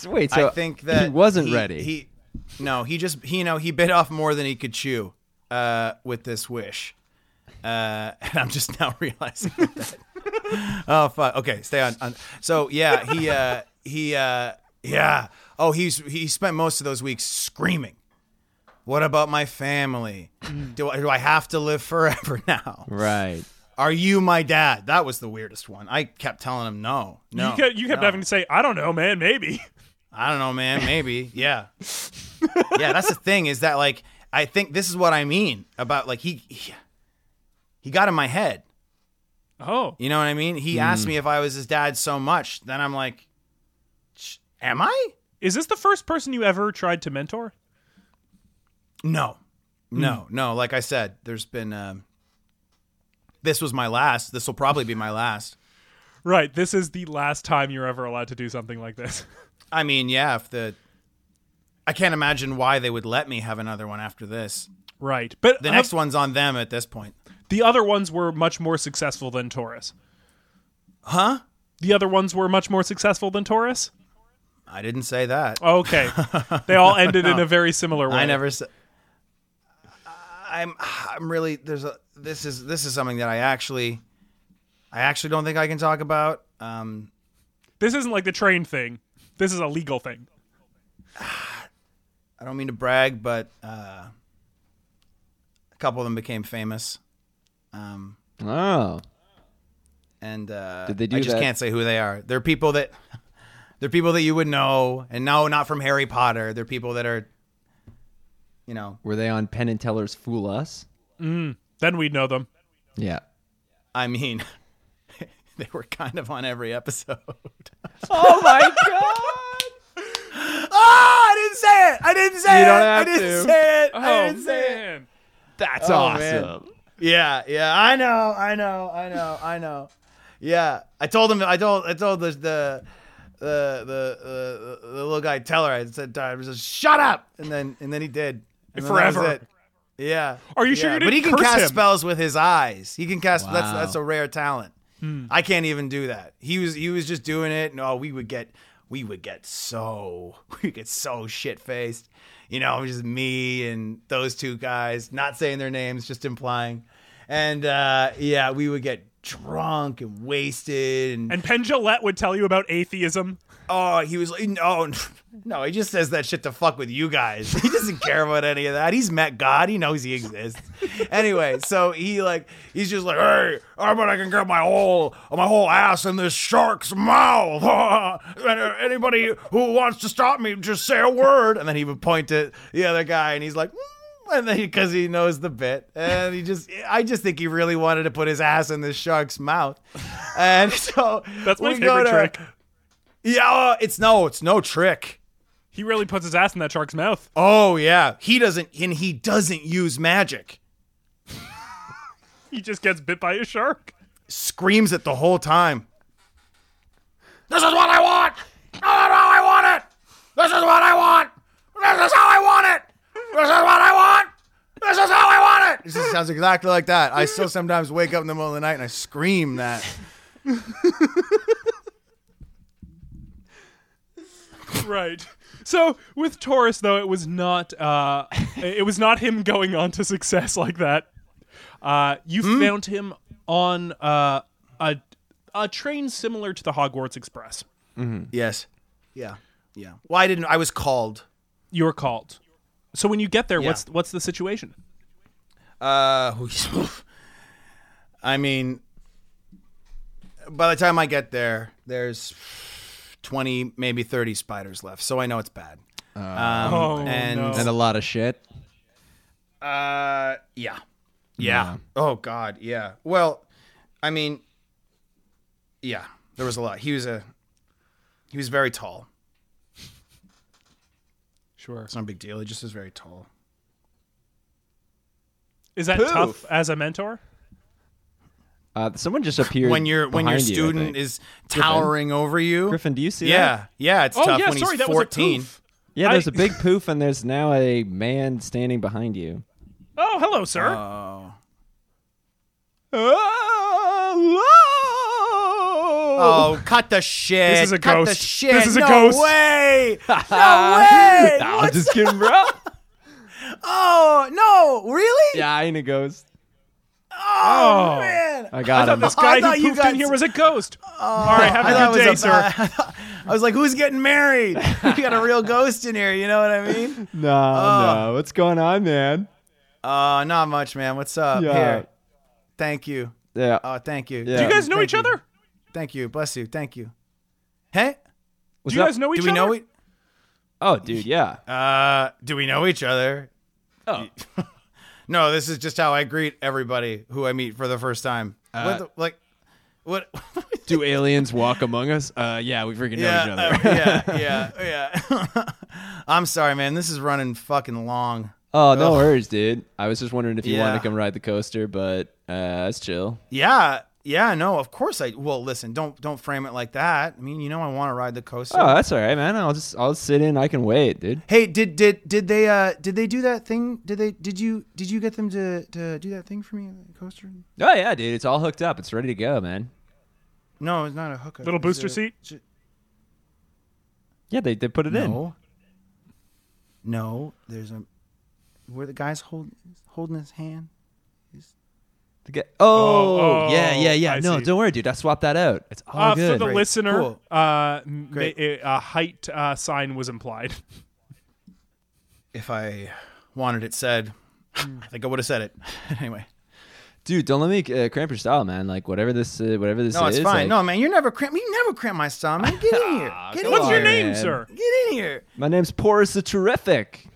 Speaker 2: So wait, so
Speaker 3: I think that
Speaker 2: he wasn't
Speaker 3: he-
Speaker 2: ready.
Speaker 3: He no, he just he, you know he bit off more than he could chew uh, with this wish, uh, and I'm just now realizing that. oh fuck. Okay, stay on. on. So yeah, he uh, he uh, yeah. Oh, he's he spent most of those weeks screaming. What about my family? Do I, do I have to live forever now?
Speaker 2: right.
Speaker 3: Are you my dad? That was the weirdest one. I kept telling him no, no.
Speaker 1: you kept, you kept
Speaker 3: no.
Speaker 1: having to say, I don't know, man, maybe.
Speaker 3: I don't know, man. Maybe. Yeah. yeah, that's the thing is that like I think this is what I mean about like he he, he got in my head.
Speaker 1: Oh.
Speaker 3: You know what I mean? He asked me if I was his dad so much, then I'm like "Sh- am I?
Speaker 1: Is this the first person you ever tried to mentor?
Speaker 3: No. No, no, like I said, there's been um this was my last. This will probably be my last.
Speaker 1: Right. This is the last time you're ever allowed to do something like this.
Speaker 3: I mean, yeah, if the I can't imagine why they would let me have another one after this.
Speaker 1: Right. But
Speaker 3: The next one's on them at this point.
Speaker 1: the other ones were much more successful than Taurus.
Speaker 3: Huh?
Speaker 1: The other ones were much more successful than Taurus?
Speaker 3: I didn't say that.
Speaker 1: Okay. They all ended in a very similar way.
Speaker 3: I never said. I'm I'm really there's a this is this is something that I actually I actually don't think I can talk about. Um,
Speaker 1: This isn't like the train thing. This is a legal thing.
Speaker 3: I don't mean to brag, but uh, a couple of them became famous, um,
Speaker 2: Oh,
Speaker 3: and uh,
Speaker 2: Did they do
Speaker 3: I just
Speaker 2: that?
Speaker 3: can't say who they are. They're people that they're people that you would know, and no, not from Harry Potter. They're people that are, you know,
Speaker 2: were they on Penn and Teller's Fool Us?
Speaker 1: Then we'd know them.
Speaker 2: Yeah.
Speaker 3: I mean, they were kind of on every episode.
Speaker 2: Oh my god!
Speaker 3: Oh, I didn't say it. I didn't say
Speaker 2: You
Speaker 3: it.
Speaker 2: don't
Speaker 3: I
Speaker 2: have
Speaker 3: didn't
Speaker 2: to.
Speaker 3: say it. I
Speaker 1: Oh
Speaker 3: didn't say it.
Speaker 1: man.
Speaker 2: That's
Speaker 3: Oh, man.
Speaker 2: awesome.
Speaker 3: Yeah, yeah. I know. I know. I know. I know. Yeah. I told him. I told. I told the the the the, the, the little guy Teller. I said. I was just shut up. And then and then he did. And then that was
Speaker 1: Forever.
Speaker 3: it. Yeah.
Speaker 1: Are you sure
Speaker 3: Yeah.
Speaker 1: you
Speaker 3: But he
Speaker 1: didn't
Speaker 3: can
Speaker 1: curse
Speaker 3: cast
Speaker 1: him?
Speaker 3: spells with his eyes. He can cast. That's
Speaker 2: Wow.
Speaker 3: that's a rare talent. I can't even do that. He was he was just doing it. No, we would get we would get so we would get so shit faced. You know, it was just me and those two guys, not saying their names, just implying. And uh, yeah, we would get drunk and wasted and
Speaker 1: And Penn Jillette would tell you about atheism.
Speaker 3: Oh, he was like, no, no, he just says that shit to fuck with you guys. He doesn't care about any of that. He's met God. He knows he exists. anyway, so he like, he's just like, hey, I bet I can get my whole, my whole ass in this shark's mouth. And, uh, Anybody who wants to stop me, just say a word. And then he would point at the other guy, and he's like. "Mm," And then, because he knows the bit, and he just, I just think he really wanted to put his ass in this shark's mouth, and so
Speaker 1: That's my
Speaker 3: we go
Speaker 1: favorite
Speaker 3: to-
Speaker 1: trick.
Speaker 3: yeah, uh, it's no, it's no trick.
Speaker 1: He really puts his ass in that shark's mouth.
Speaker 3: Oh yeah, he doesn't, and he doesn't use magic.
Speaker 1: He just gets bit by a shark.
Speaker 3: Screams it the whole time. This is what I want. This is how I want it. This is what I want. This is how I want it. This is what I want. This is how I want it. This just sounds exactly like that. I still sometimes wake up in the middle of the night and I scream that.
Speaker 1: Right. So with Taurus though, it was not uh it was not him going on to success like that. Uh you
Speaker 3: Hmm?
Speaker 1: found him on uh a a train similar to the Hogwarts Express.
Speaker 3: Yes. Yeah. Yeah. Well, I didn't. I was called.
Speaker 1: You were called. So when you get there,
Speaker 3: Yeah.
Speaker 1: what's what's the situation?
Speaker 3: Uh, who's- I mean, by the time I get there, there's 20, maybe 30 spiders left. So I know it's bad. um,
Speaker 1: Oh,
Speaker 3: and
Speaker 1: no.
Speaker 2: Uh, and a lot of shit.
Speaker 3: uh, yeah. Yeah. Oh God. Yeah. Well, I mean, yeah. There was a lot. He was a. He was very tall.
Speaker 1: Sure.
Speaker 3: It's not a big deal. He just was very tall.
Speaker 1: Is that
Speaker 3: Poof.
Speaker 1: tough as a mentor?
Speaker 2: Uh, someone just appeared
Speaker 3: When your when your
Speaker 2: behind you, I
Speaker 3: student
Speaker 2: think.
Speaker 3: is towering over you.
Speaker 2: Griffin. Do you see that?
Speaker 3: Yeah. Yeah. It's
Speaker 1: Oh
Speaker 3: tough
Speaker 1: yeah,
Speaker 3: when
Speaker 1: sorry,
Speaker 3: he's
Speaker 1: that
Speaker 3: fourteen.
Speaker 1: was a poof.
Speaker 2: Yeah, there's
Speaker 1: I-
Speaker 2: a big poof, and there's now a man standing behind you.
Speaker 1: Oh, hello, sir. Ah,
Speaker 3: Oh.
Speaker 2: Oh,
Speaker 3: Oh, cut the shit.
Speaker 1: This is a
Speaker 3: cut The
Speaker 1: ghost.
Speaker 3: shit.
Speaker 1: This is a
Speaker 3: no
Speaker 1: ghost.
Speaker 3: way. No way.
Speaker 2: I'm just kidding, bro.
Speaker 3: Oh, no. Really?
Speaker 2: yeah, I ain't a ghost.
Speaker 3: Oh,
Speaker 1: Oh.
Speaker 3: man.
Speaker 2: I
Speaker 1: I
Speaker 2: got
Speaker 1: thought
Speaker 2: him.
Speaker 1: this guy
Speaker 3: I thought
Speaker 1: who
Speaker 3: you
Speaker 1: poofed
Speaker 3: guys- Oh,
Speaker 1: in here was a ghost. All right, have
Speaker 3: I
Speaker 1: a
Speaker 3: thought
Speaker 1: good
Speaker 3: it
Speaker 1: day,
Speaker 3: was a-
Speaker 1: sir.
Speaker 3: I, thought- I was like, who's getting married? We got a real ghost in here. You know what I mean?
Speaker 2: No, no. What's going on, man?
Speaker 3: Uh, not much, man. What's up?
Speaker 2: Yeah.
Speaker 3: Here. Thank you.
Speaker 2: Yeah.
Speaker 3: Oh, thank you.
Speaker 2: Yeah.
Speaker 1: Do you guys know
Speaker 3: Thank
Speaker 1: each
Speaker 3: you.
Speaker 1: other?
Speaker 3: Thank you. Bless you. Thank you. Hey,
Speaker 1: Do you guys know each
Speaker 3: do we
Speaker 1: other?
Speaker 3: know it?
Speaker 2: Oh, dude, yeah.
Speaker 3: Uh, do we know each other?
Speaker 2: Oh.
Speaker 3: no, this is just how I greet everybody who I meet for the first time.
Speaker 2: Uh,
Speaker 3: what the, like, what?
Speaker 2: Do aliens walk among us? Uh, yeah, we freaking
Speaker 3: yeah, uh, yeah, yeah, yeah. I'm sorry, man. This is running fucking long.
Speaker 2: oh, no worries, dude. I was just wondering if you wanted
Speaker 3: Yeah.
Speaker 2: to come ride the coaster, but uh, that's chill.
Speaker 3: Yeah, yeah. No, of course I. Well, listen, don't don't frame it like that. I mean, you know, I want to ride the coaster.
Speaker 2: Oh, that's all right, man. I'll just I'll sit in. I can wait, dude.
Speaker 3: Hey, did did did they uh did they do that thing? Did they did you did you get them to to do that thing for me the coaster?
Speaker 2: Oh yeah, dude. It's all hooked up. It's ready to go, man.
Speaker 3: No, it's not a hookup.
Speaker 1: Little
Speaker 3: It's
Speaker 1: booster
Speaker 3: a-
Speaker 1: seat?
Speaker 3: it's a-
Speaker 2: Yeah, they they put it in.
Speaker 3: No. No, there's a where the guy's hold, holding his hand.
Speaker 2: The guy- oh,
Speaker 1: Oh, oh,
Speaker 2: yeah, yeah, yeah.
Speaker 1: I
Speaker 2: no,
Speaker 1: see.
Speaker 2: don't worry, dude. I swapped that out. It's all
Speaker 1: Uh, for
Speaker 2: good.
Speaker 1: the listener,
Speaker 3: Cool.
Speaker 1: uh, m-
Speaker 3: Great.
Speaker 1: ma- a height uh, sign was implied.
Speaker 3: If I wanted it said, I think I would have said it. anyway.
Speaker 2: dude, don't let me uh, cramp your style, man. Like whatever this, uh, whatever this
Speaker 3: No,
Speaker 2: is.
Speaker 3: it's fine.
Speaker 2: like- Ah,
Speaker 3: no, man, you never cramp. You never cramp my stomach. man. Get in here. Get
Speaker 2: come
Speaker 3: in
Speaker 1: What's your
Speaker 2: on,
Speaker 3: here.
Speaker 1: name,
Speaker 2: man.
Speaker 1: sir?
Speaker 3: Get in here.
Speaker 2: my name's Porus the Terrific.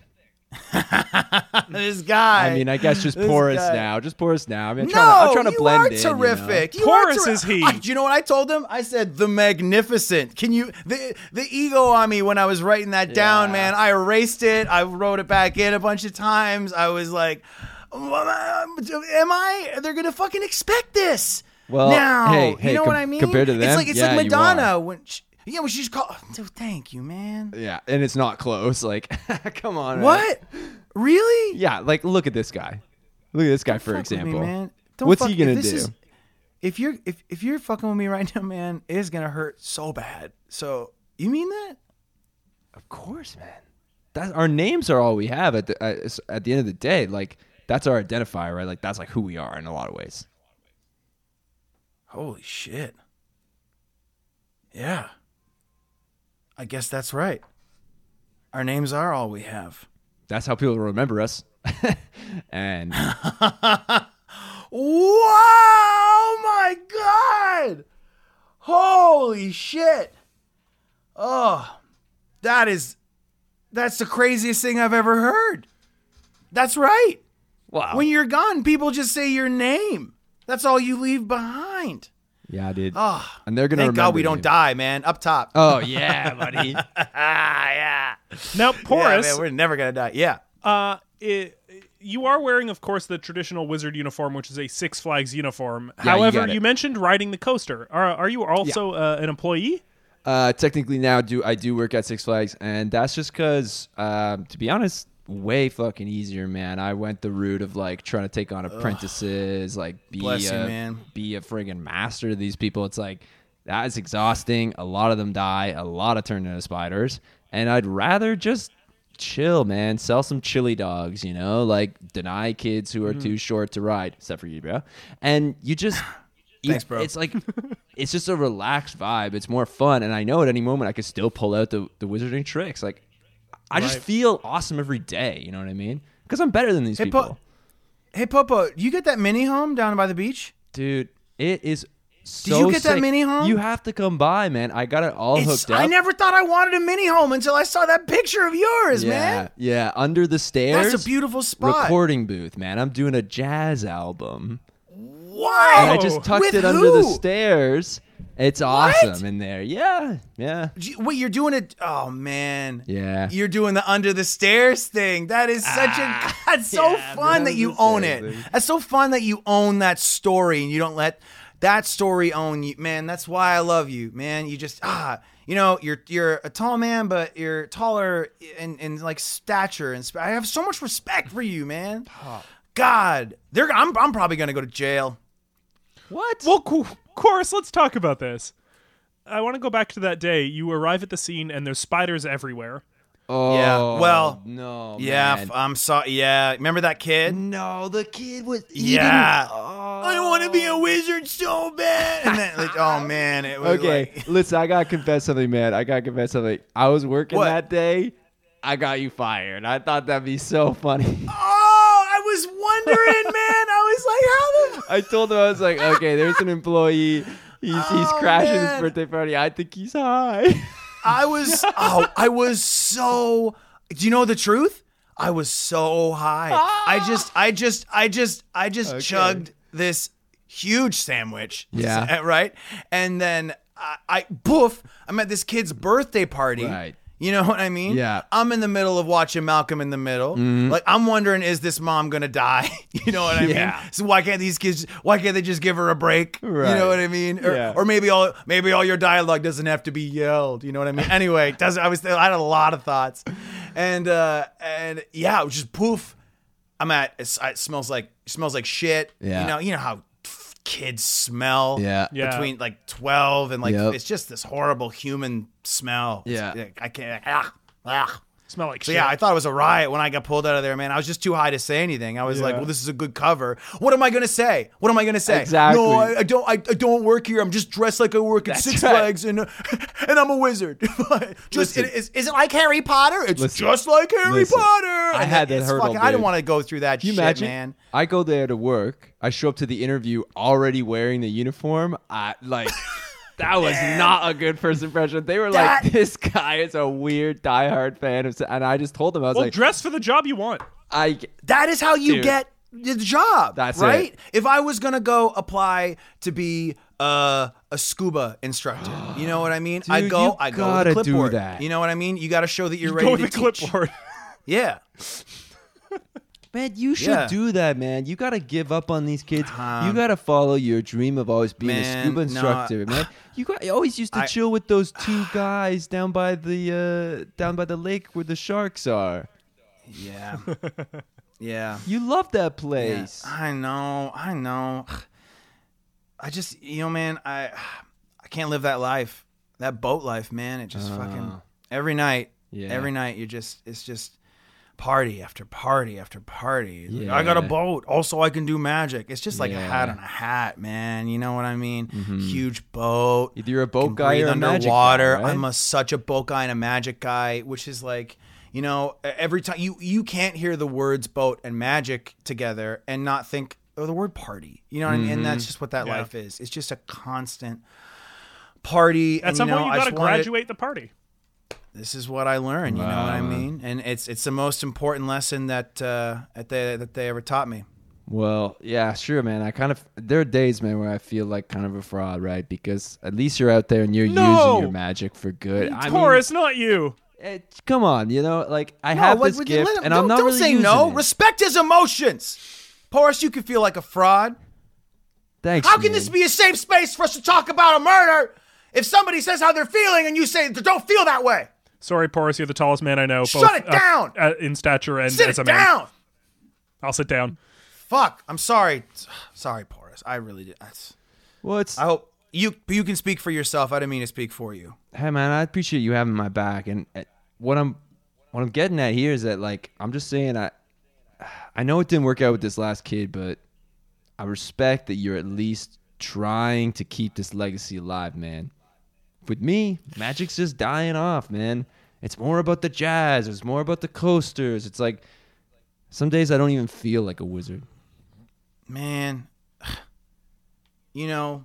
Speaker 3: This guy.
Speaker 2: I mean, I guess just
Speaker 3: This
Speaker 2: Porus
Speaker 3: guy.
Speaker 2: now. Just Porus now. I mean, I'm
Speaker 3: No,
Speaker 2: trying to, I'm trying to
Speaker 3: you
Speaker 2: blend
Speaker 3: are
Speaker 2: in. you know?
Speaker 3: terrific. You are
Speaker 1: Taurus
Speaker 3: terri-
Speaker 1: is he.
Speaker 3: I- do you know what I told him? I said the magnificent. Can you the the ego on me when I was writing that down,
Speaker 2: Yeah.
Speaker 3: man? I erased it. I wrote it back in a bunch of times. I was like, "Am I? They're gonna fucking expect this."
Speaker 2: Well,
Speaker 3: now
Speaker 2: hey, hey,
Speaker 3: you know
Speaker 2: com-
Speaker 3: what I mean?
Speaker 2: compared to
Speaker 3: it's
Speaker 2: them,
Speaker 3: like it's
Speaker 2: yeah, you
Speaker 3: like Madonna
Speaker 2: are.
Speaker 3: when she, yeah, when she's called. Dude, thank you, man.
Speaker 2: Yeah, and it's not close. Like, come on. man.
Speaker 3: What? Really?
Speaker 2: Yeah, like look at this guy. Look at this guy for
Speaker 3: Fuck with me,
Speaker 2: example.
Speaker 3: man. Don't
Speaker 2: What's
Speaker 3: fuck-
Speaker 2: he gonna
Speaker 3: if this
Speaker 2: do?
Speaker 3: is- if you're if, if you're fucking with me right now, man, it is gonna hurt so bad. So you mean that?
Speaker 2: Of course, man. That's our names are all we have at the uh, s- at the end of the day. Like that's our identifier, right? Like that's like who we are in a lot of ways.
Speaker 3: Holy shit. Yeah. I guess that's right. Our names are all we have.
Speaker 2: That's how people remember us. and
Speaker 3: Wow my god! Holy shit. Oh that is that's the craziest thing I've ever heard. That's right.
Speaker 2: wow.
Speaker 3: When you're gone, people just say your name. That's all you leave behind.
Speaker 2: yeah, dude.
Speaker 3: Ah,
Speaker 2: and they're gonna.
Speaker 3: Thank God we
Speaker 2: remember
Speaker 3: don't
Speaker 2: you.
Speaker 3: die, man. Up top.
Speaker 2: Oh yeah, buddy.
Speaker 3: ah, yeah.
Speaker 1: Now,
Speaker 3: Yeah,
Speaker 1: Porus,
Speaker 3: man, we're never gonna die. Yeah.
Speaker 1: uh, i you are wearing, of course, the traditional wizard uniform, which is a Six Flags uniform.
Speaker 2: you
Speaker 1: However,
Speaker 2: get
Speaker 1: you,
Speaker 2: it.
Speaker 1: mentioned riding the coaster. Are, are you also uh, an employee?
Speaker 2: Uh, technically now do I do work at Six Flags, and that's just because, um, to be honest, way fucking easier, man. I went the route of like trying to take on apprentices, like be
Speaker 3: Bless you,
Speaker 2: a
Speaker 3: man.
Speaker 2: be a friggin' master to these people. It's like that is exhausting. A lot of them die. A lot of turn into spiders, and I'd rather just chill, man. Sell some chili dogs, you know, like deny kids who are
Speaker 3: Mm-hmm.
Speaker 2: too short to ride, except for you, bro. And you just.
Speaker 3: Thanks, bro.
Speaker 2: It's like it's just a relaxed vibe. It's more fun, and I know at any moment I could still pull out the the wizarding tricks. Like I just
Speaker 1: Right.
Speaker 2: feel awesome every day. You know what I mean? Because I'm better than these
Speaker 3: Hey,
Speaker 2: people,
Speaker 3: Po- hey Popo, you get that mini home down by the beach?
Speaker 2: dude. It is so
Speaker 3: you get that
Speaker 2: sick.
Speaker 3: mini home?
Speaker 2: You have to come by, man. I got it all
Speaker 3: It's,
Speaker 2: hooked up.
Speaker 3: I never thought I wanted a mini home until I saw that picture of yours,
Speaker 2: yeah,
Speaker 3: man.
Speaker 2: yeah. Under the stairs.
Speaker 3: That's a beautiful spot.
Speaker 2: recording booth, man. I'm doing a jazz album. And I
Speaker 3: Wow.
Speaker 2: just tucked
Speaker 3: Oh, With
Speaker 2: it under the
Speaker 3: who?
Speaker 2: stairs. It's awesome in there. Yeah, yeah.
Speaker 3: Do you- Wait, you're doing it? Oh man.
Speaker 2: Yeah.
Speaker 3: You're doing the under the stairs thing. That is such
Speaker 2: Ah.
Speaker 3: a. That's so fun that you own it. That's so fun that you own that story and you don't let that story own you, man. That's why I love you, man. You just ah, you know, you're you're a tall man, but you're taller in in like stature and sp- I have so much respect for you, man. God, they're I'm I'm probably gonna go to jail.
Speaker 2: What?
Speaker 1: Well, co- chorus, let's talk about this. I want to go back to that day. You arrive at the scene and there's spiders everywhere.
Speaker 2: oh,
Speaker 3: yeah, well,
Speaker 2: no.
Speaker 3: Yeah,
Speaker 2: Oh, man.
Speaker 3: f- I'm sorry. Yeah, remember that kid?
Speaker 2: no, the kid was. he
Speaker 3: Yeah.
Speaker 2: didn't- Oh.
Speaker 3: I want to be a wizard so bad. And then, like, oh man, it was
Speaker 2: Okay,
Speaker 3: like-
Speaker 2: listen, I gotta confess something, man. I gotta confess something. I was working
Speaker 3: What?
Speaker 2: that day. I got you fired. I thought that'd be so funny.
Speaker 3: oh, I was wondering, man. I was like, how the
Speaker 2: I told him I was like, okay, there's an employee. He's, he's
Speaker 3: Oh,
Speaker 2: crashing his
Speaker 3: man.
Speaker 2: birthday party. I think he's high.
Speaker 3: I was. Oh, I was so. Do you know the truth? I was so high. I just, I just, I just, I just chugged this huge sandwich.
Speaker 2: Yeah.
Speaker 3: Right. And then I, I poof. I'm at this kid's birthday party.
Speaker 2: Right.
Speaker 3: You know what I mean?
Speaker 2: Yeah. Mm-hmm.
Speaker 3: I'm in the middle of watching Malcolm in the Middle. Like I'm wondering, is this mom gonna die? you know what I
Speaker 2: Yeah.
Speaker 3: mean? So why can't these kids? Why can't they just give her a break? You
Speaker 2: Right.
Speaker 3: know what I mean? Or,
Speaker 2: Yeah.
Speaker 3: or maybe all maybe all your dialogue doesn't have to be yelled. You know what I mean? Anyway, it does I was I had a lot of thoughts, and uh and yeah, it was just poof. I'm at it's, it smells like smells like shit.
Speaker 2: Yeah.
Speaker 3: You know you know how f- kids smell.
Speaker 2: Yeah.
Speaker 1: Yeah.
Speaker 3: Between like twelve and like
Speaker 2: Yep.
Speaker 3: it's just this horrible human smell. It's-
Speaker 2: Yeah.
Speaker 3: I can't. Ah, ah.
Speaker 1: Smell like
Speaker 3: So
Speaker 1: shit.
Speaker 3: yeah, I thought it was a riot when I got pulled out of there, man. I was just too high to say anything. I was like,
Speaker 1: Yeah.
Speaker 3: "Well, this is a good cover. What am I gonna say? What am I gonna say?
Speaker 2: Exactly.
Speaker 3: No, I, I don't. I, I don't work here. I'm just dressed like I work at
Speaker 2: That's
Speaker 3: Six
Speaker 2: right.
Speaker 3: Flags, and and I'm a wizard. just
Speaker 2: Listen.
Speaker 3: it, is, is it like Harry Potter? It's
Speaker 2: Listen.
Speaker 3: just like Harry
Speaker 2: Listen.
Speaker 3: Potter.
Speaker 2: I
Speaker 3: And
Speaker 2: had that
Speaker 3: it's
Speaker 2: hurdle,
Speaker 3: Fucking, I
Speaker 2: dude.
Speaker 3: didn't want to go through that
Speaker 2: Can you
Speaker 3: shit,
Speaker 2: imagine?
Speaker 3: man.
Speaker 2: I go there to work. I show up to the interview already wearing the uniform. I like that was not a good first impression. They were
Speaker 3: That-
Speaker 2: like, "This guy is a weird diehard fan," of, and I just told them, "I was
Speaker 1: well,
Speaker 2: like,
Speaker 1: dress for the job you want.
Speaker 2: I
Speaker 3: That is how you
Speaker 2: Dude.
Speaker 3: get the job.
Speaker 2: That's
Speaker 3: right.
Speaker 2: it.
Speaker 3: If I was gonna go apply to be uh, a scuba instructor, you know what I mean? I
Speaker 2: Dude,
Speaker 3: go,
Speaker 2: you
Speaker 3: I go
Speaker 2: gotta
Speaker 3: with
Speaker 2: do
Speaker 3: a clipboard.
Speaker 2: that.
Speaker 3: You know what I mean? You got to show that you're ready
Speaker 1: Go with
Speaker 3: to
Speaker 1: a
Speaker 3: teach.
Speaker 1: clipboard.
Speaker 3: Yeah,
Speaker 2: Man, you should
Speaker 3: Yeah. Um,
Speaker 2: do that, man. You gotta give up on these kids. you gotta follow your dream of always being
Speaker 3: man,
Speaker 2: a scuba
Speaker 3: no,
Speaker 2: instructor, man. You got I always used to
Speaker 3: I-
Speaker 2: chill with those two guys down by the uh, down by the lake where the sharks are.
Speaker 3: yeah, yeah.
Speaker 2: You love that
Speaker 3: Yeah,
Speaker 2: place.
Speaker 3: I know, I know. I just, you know, man, I, I can't live that life, that boat life, man. It just fucking every night,
Speaker 2: Uh. Yeah.
Speaker 3: every night, you just, it's just party after party after party. Like,
Speaker 2: Yeah.
Speaker 3: I got a boat, also I can do magic. It's just like a hat
Speaker 2: Yeah. Mm-hmm.
Speaker 3: on a hat, man. You know what I mean? Huge boat.
Speaker 2: Either you're a
Speaker 3: can
Speaker 2: boat guy
Speaker 3: breathe
Speaker 2: or a magic guy,
Speaker 3: underwater.
Speaker 2: right?
Speaker 3: I'm a such a boat guy and a magic guy, which is like, you know, e-, every time you you can't hear the words boat and magic together and not think oh the word party. You know what I mean? And that's just what that
Speaker 1: Yeah.
Speaker 3: life is. It's just a constant party.
Speaker 1: At
Speaker 3: and,
Speaker 1: some
Speaker 3: you know,
Speaker 1: point, you
Speaker 3: I
Speaker 1: gotta
Speaker 3: just wanted-
Speaker 1: graduate the party.
Speaker 3: this is what I learned. You know what I
Speaker 2: Wow.
Speaker 3: mean? And it's it's the most important lesson that uh, that they that they ever taught me.
Speaker 2: Well, yeah, sure, man. I kind of there are days, man, where I feel like kind of a fraud, right? Because at least you're out there and you're
Speaker 1: No!
Speaker 2: using your magic for good. I mean,
Speaker 1: Chorus, not you.
Speaker 2: eh, come on, you know, like I
Speaker 3: No,
Speaker 2: have
Speaker 3: what
Speaker 2: this
Speaker 3: would you
Speaker 2: gift,
Speaker 3: let him-
Speaker 2: and
Speaker 3: don't,
Speaker 2: I'm not
Speaker 3: don't
Speaker 2: really
Speaker 3: say
Speaker 2: using
Speaker 3: no.
Speaker 2: it.
Speaker 3: Respect his emotions. Porus, you can feel like a fraud.
Speaker 2: Thanks.
Speaker 3: How
Speaker 2: man.
Speaker 3: can this be a safe space for us to talk about a murder if somebody says how they're feeling and you say don't feel that way?
Speaker 1: Sorry, Porus, you're the tallest man I know.
Speaker 3: Shut
Speaker 1: both,
Speaker 3: it
Speaker 1: uh,
Speaker 3: down!
Speaker 1: Uh, in stature and
Speaker 3: Sit
Speaker 1: as a
Speaker 3: it
Speaker 1: man.
Speaker 3: down.
Speaker 1: I'll sit down.
Speaker 3: Fuck. I'm sorry. Sorry, Porus. I really did. that's-
Speaker 2: Well, it's
Speaker 3: I hope you you can speak for yourself. I didn't mean to speak for you.
Speaker 2: hey man, I appreciate you having my back, and uh, what I'm what I'm getting at here is that like I'm just saying I I know it didn't work out with this last kid, but I respect that you're at least trying to keep this legacy alive, man. With me, magic's just dying off, man. It's more about the jazz. It's more about the coasters. It's like some days I don't even feel like a wizard.
Speaker 3: Man, you know,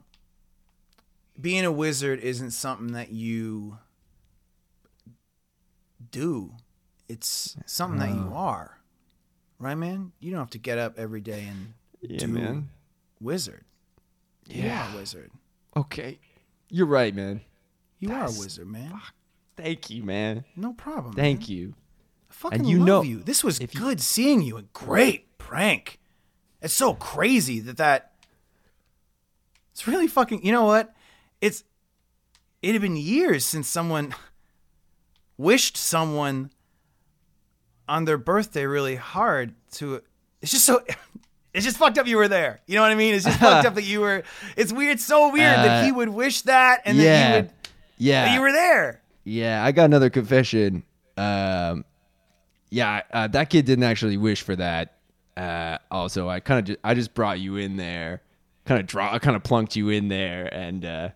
Speaker 3: being a wizard isn't something that you do. It's something that you are. Right, man? You don't have to get up every day and
Speaker 2: Yeah,
Speaker 3: do
Speaker 2: man.
Speaker 3: wizard. You
Speaker 2: Yeah.
Speaker 3: are a wizard.
Speaker 2: Okay. You're right, man.
Speaker 3: You
Speaker 2: That's-
Speaker 3: are a wizard, man.
Speaker 2: Thank you, man.
Speaker 3: No problem. man.
Speaker 2: Thank you.
Speaker 3: I fucking
Speaker 2: you
Speaker 3: love
Speaker 2: know-
Speaker 3: you. This was good seeing you and great prank. It's so crazy that that. It's really fucking. You know what? It's. It had been years since someone wished someone on their birthday really hard to. It's just so. It's just fucked up you were there. You know what I mean? It's just fucked up that you were. It's weird. so weird that
Speaker 2: Uh,
Speaker 3: he would wish that and that
Speaker 2: yeah.
Speaker 3: you would.
Speaker 2: yeah.
Speaker 3: That you were there.
Speaker 2: Yeah, I got another confession. Um, yeah, uh, that kid didn't actually wish for that. Uh, also, I kind of just, I just brought you in there, kind of draw, I kind of plunked you in there, and uh,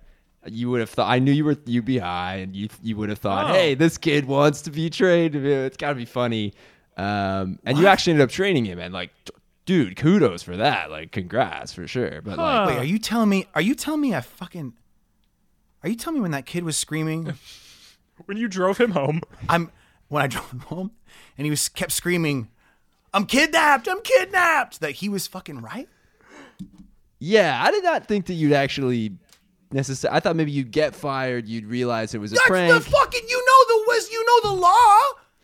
Speaker 2: you would have thought I knew you were you'd be high, and you you would have thought,
Speaker 1: Oh.
Speaker 2: hey, this kid wants to be trained. It's got to be funny. Um, and you actually ended up training him, and like, t- dude, kudos for that. Like, congrats for sure. But like,
Speaker 3: Wait, are you telling me? Are you telling me I fucking? Are you telling me when that kid was screaming?
Speaker 1: When you drove him home,
Speaker 3: I'm when I drove him home, and he was kept screaming, "I'm kidnapped! I'm kidnapped!" That he was fucking right.
Speaker 2: Yeah, I did not think that you'd actually necessarily. I thought maybe you'd get fired, you'd realize it was a
Speaker 3: That's the
Speaker 2: prank.
Speaker 3: fucking. You know the was. You know the law.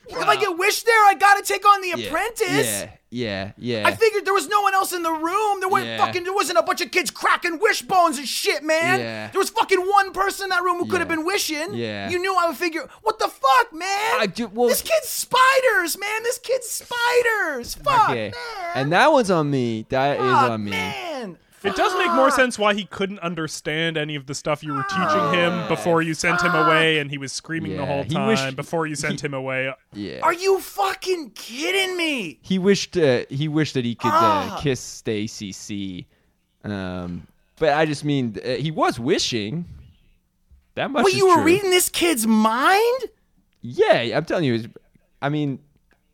Speaker 3: If I get wished there, I gotta take on the
Speaker 2: yeah,
Speaker 3: apprentice.
Speaker 2: Yeah, yeah, yeah.
Speaker 3: I figured there was no one else in the room. There weren't
Speaker 2: Yeah.
Speaker 3: fucking. There wasn't a bunch of kids cracking wishbones and shit, man.
Speaker 2: Yeah.
Speaker 3: There was fucking one person in that room who could have
Speaker 2: Yeah.
Speaker 3: been wishing.
Speaker 2: Yeah.
Speaker 3: You knew I would figure. What the fuck, man?
Speaker 2: I do- well-
Speaker 3: this kid's spiders, man. This kid's spiders. Fuck,
Speaker 2: okay.
Speaker 3: man.
Speaker 2: And that one's on me. That is
Speaker 3: Fuck,
Speaker 2: on me.
Speaker 3: Man.
Speaker 1: it does make
Speaker 3: Ah!
Speaker 1: more sense why he couldn't understand any of the stuff you were teaching
Speaker 3: Ah,
Speaker 1: him before you sent him away, and he was screaming the
Speaker 2: Yeah,
Speaker 1: whole
Speaker 2: he
Speaker 1: time
Speaker 2: wished-
Speaker 1: before you sent him away.
Speaker 2: Yeah.
Speaker 3: Are you fucking kidding me?
Speaker 2: he wished uh, he wished that he could
Speaker 3: Ah.
Speaker 2: uh, kiss Stacy C. Um, but I just mean uh, he was wishing. That much.
Speaker 3: Wait,
Speaker 2: is
Speaker 3: you were
Speaker 2: true.
Speaker 3: reading this kid's mind?
Speaker 2: Yeah, I'm telling you. it's- I mean,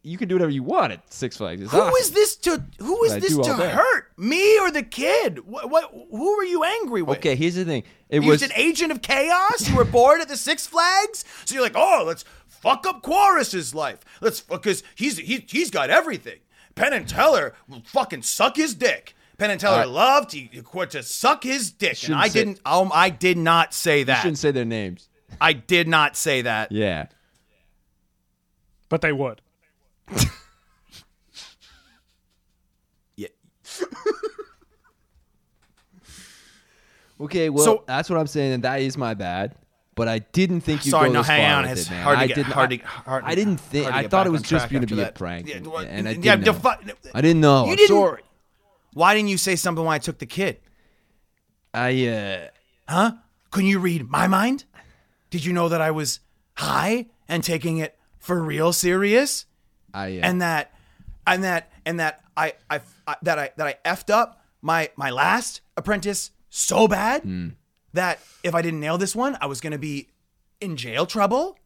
Speaker 2: you can do whatever you want at Six Flags. It's
Speaker 3: Who
Speaker 2: awesome.
Speaker 3: is this to? Who is
Speaker 2: But I
Speaker 3: this
Speaker 2: do
Speaker 3: to
Speaker 2: all day.
Speaker 3: hurt? Me or the kid? What? what who were you angry with?
Speaker 2: Okay, here's the thing. It
Speaker 3: You was
Speaker 2: was
Speaker 3: an agent of chaos. You were bored at the Six Flags, so you're like, "Oh, let's fuck up Quarus's life. Let's because he's he, he's got everything. Penn and Teller will fucking suck his dick. Penn and Teller
Speaker 2: Uh,
Speaker 3: loved to, to suck his dick, and
Speaker 2: shouldn't
Speaker 3: I
Speaker 2: say-
Speaker 3: didn't. Um, I did not say that.
Speaker 2: shouldn't say their names.
Speaker 3: I did not say that.
Speaker 2: Yeah.
Speaker 1: But they would.
Speaker 3: Yeah.
Speaker 2: Okay, well,
Speaker 3: So-
Speaker 2: that's what I'm saying, and that is my bad. But I didn't think you.
Speaker 3: Sorry,
Speaker 2: go
Speaker 3: no,
Speaker 2: this
Speaker 3: hang
Speaker 2: far
Speaker 3: on,
Speaker 2: with
Speaker 3: it's
Speaker 2: it, man.
Speaker 3: hard to
Speaker 2: I
Speaker 3: get-
Speaker 2: didn't,
Speaker 3: hard
Speaker 2: I,
Speaker 3: to- hard to-
Speaker 2: I didn't think.
Speaker 3: hard to
Speaker 2: I
Speaker 3: get
Speaker 2: thought
Speaker 3: back
Speaker 2: it was
Speaker 3: on
Speaker 2: just
Speaker 3: track
Speaker 2: going to
Speaker 3: after
Speaker 2: be a
Speaker 3: that.
Speaker 2: prank,
Speaker 3: Yeah,
Speaker 2: and,
Speaker 3: well,
Speaker 2: and I
Speaker 3: yeah,
Speaker 2: didn't know.
Speaker 3: defi-
Speaker 2: I didn't know.
Speaker 3: You
Speaker 2: I'm
Speaker 3: didn't-
Speaker 2: sorry.
Speaker 3: Why didn't you say something when I took the kid?
Speaker 2: I uh,
Speaker 3: Huh? Couldn't you read my mind? Did you know that I was high and taking it for real serious?
Speaker 2: I uh,
Speaker 3: and that and that and that I, I I that I that I effed up my my last apprentice so bad
Speaker 2: Hmm.
Speaker 3: that if I didn't nail this one, I was gonna be in jail trouble.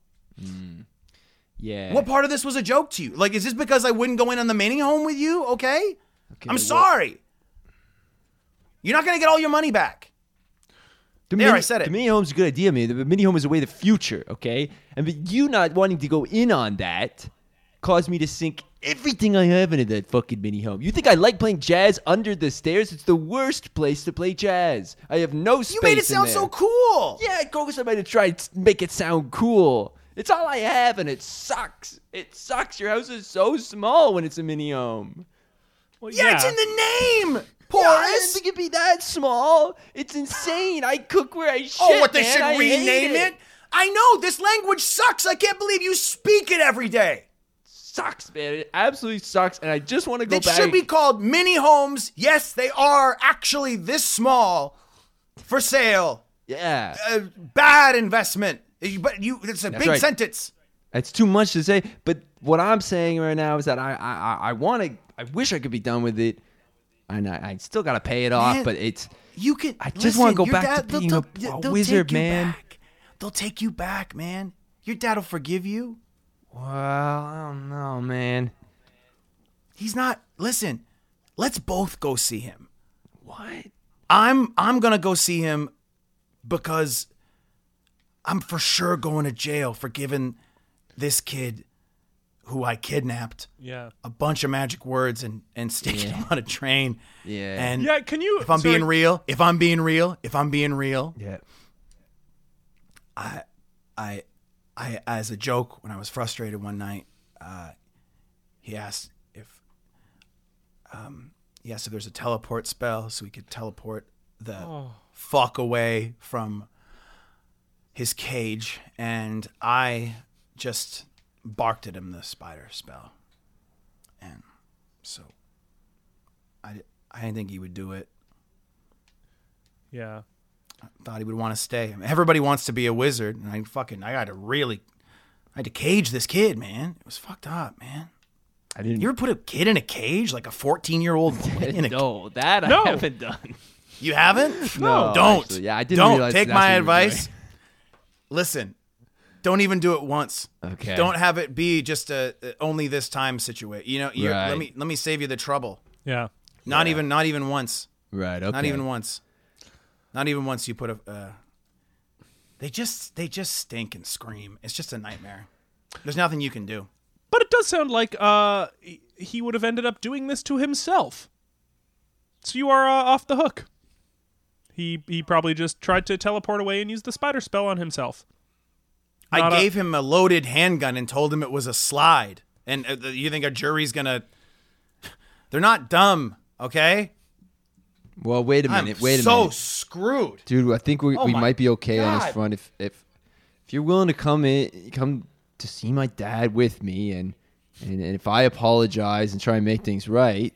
Speaker 2: yeah.
Speaker 3: What part of this was a joke to you? Like, is this because I wouldn't go in on the Manning home with you? Okay, I'm
Speaker 2: well-
Speaker 3: sorry. You're not gonna get all your money back.
Speaker 2: The
Speaker 3: There,
Speaker 2: mini,
Speaker 3: I said it.
Speaker 2: The mini home's a good idea, man. The mini home is the way of the future, okay? And but you not wanting to go in on that caused me to sink everything I have into that fucking mini home. You think I like playing jazz under the stairs? It's the worst place to play jazz. I have no space.
Speaker 3: You made it
Speaker 2: in
Speaker 3: sound
Speaker 2: there.
Speaker 3: so cool.
Speaker 2: Yeah, go get somebody to try to make it sound cool. It's all I have, and it sucks. It sucks. Your house is so small when it's a mini home.
Speaker 1: Well,
Speaker 3: Yeah, it's in the name.
Speaker 2: I didn't
Speaker 3: Porous.
Speaker 2: think it'd be that small. It's insane. I cook where I shit.
Speaker 3: Oh, what they
Speaker 2: man.
Speaker 3: should
Speaker 2: I hate
Speaker 3: rename it. I know this language sucks. I can't believe you speak it every day.
Speaker 2: sucks, man. It absolutely sucks, and I just want to go
Speaker 3: It
Speaker 2: back.
Speaker 3: should be called mini homes. Yes, they are actually this small for sale.
Speaker 2: yeah,
Speaker 3: A bad investment. You- But you, it's a big
Speaker 2: right.
Speaker 3: sentence.
Speaker 2: it's too much to say. But what I'm saying right now is that I I I- I want to. I wish I could be done with it, and I, I still gotta pay it off.
Speaker 3: Man.
Speaker 2: But it's
Speaker 3: You can.
Speaker 2: I just wanna
Speaker 3: listen,
Speaker 2: go
Speaker 3: your
Speaker 2: back to
Speaker 3: they'll-
Speaker 2: being a-
Speaker 3: they'll-
Speaker 2: a
Speaker 3: they'll
Speaker 2: wizard,
Speaker 3: take you
Speaker 2: man.
Speaker 3: back. They'll take you back, man. Your dad will forgive you.
Speaker 2: well, I don't know, man.
Speaker 3: He's not. Listen, let's both go see him.
Speaker 2: What?
Speaker 3: I'm I'm gonna go see him because I'm for sure going to jail for giving this kid who I kidnapped
Speaker 1: Yeah.
Speaker 3: a bunch of magic words and and sticking him on a train.
Speaker 2: Yeah.
Speaker 3: And
Speaker 1: Yeah. Can you?
Speaker 3: if I'm
Speaker 1: sorry,
Speaker 3: being real, if I'm being real, if I'm being real,
Speaker 2: Yeah.
Speaker 3: I, I, I, as a joke, when I was frustrated one night, uh, he asked if, um, he asked if there's a teleport spell so he could teleport the fuck away from his cage, and I just barked at him the spider spell, and so I, I didn't think he would do it
Speaker 1: Yeah.
Speaker 3: thought he would want to stay. I mean, everybody wants to be a wizard, and I fucking I had to really, I had to cage this kid, man. It was fucked up, man.
Speaker 2: I didn't.
Speaker 3: You ever put a kid in a cage, like a fourteen-year-old boy in a?
Speaker 4: no, that
Speaker 1: No.
Speaker 4: I haven't done.
Speaker 3: You haven't?
Speaker 2: No,
Speaker 3: don't.
Speaker 2: actually, yeah, I didn't
Speaker 3: Don't
Speaker 2: realize
Speaker 3: take
Speaker 2: that's what
Speaker 3: my
Speaker 2: you were
Speaker 3: advice. Listen, don't even do it once.
Speaker 2: Okay.
Speaker 3: Don't have it be just a, a only this time situation. You know, you
Speaker 2: Right.
Speaker 3: let me let me save you the trouble.
Speaker 1: Yeah.
Speaker 3: Not even not even once.
Speaker 2: Right. Okay.
Speaker 3: Not even once. Not even once you put a. Uh, they just they just stink and scream. It's just a nightmare. There's nothing you can do.
Speaker 1: But it does sound like uh he- he would have ended up doing this to himself. So you are uh, off the hook. He he probably just tried to teleport away and use the spider spell on himself. Not a-
Speaker 3: I gave him a loaded handgun and told him it was a slide. And uh, you think a jury's gonna? They're not dumb, okay?
Speaker 2: Well, wait a
Speaker 3: I'm
Speaker 2: minute. wait a
Speaker 3: so
Speaker 2: minute,
Speaker 3: screwed.
Speaker 2: dude. I think we, we
Speaker 3: my
Speaker 2: might be okay on this
Speaker 3: God.
Speaker 2: front if if if you're willing to come in, come to see my dad with me, and and, and if I apologize and try and make things right,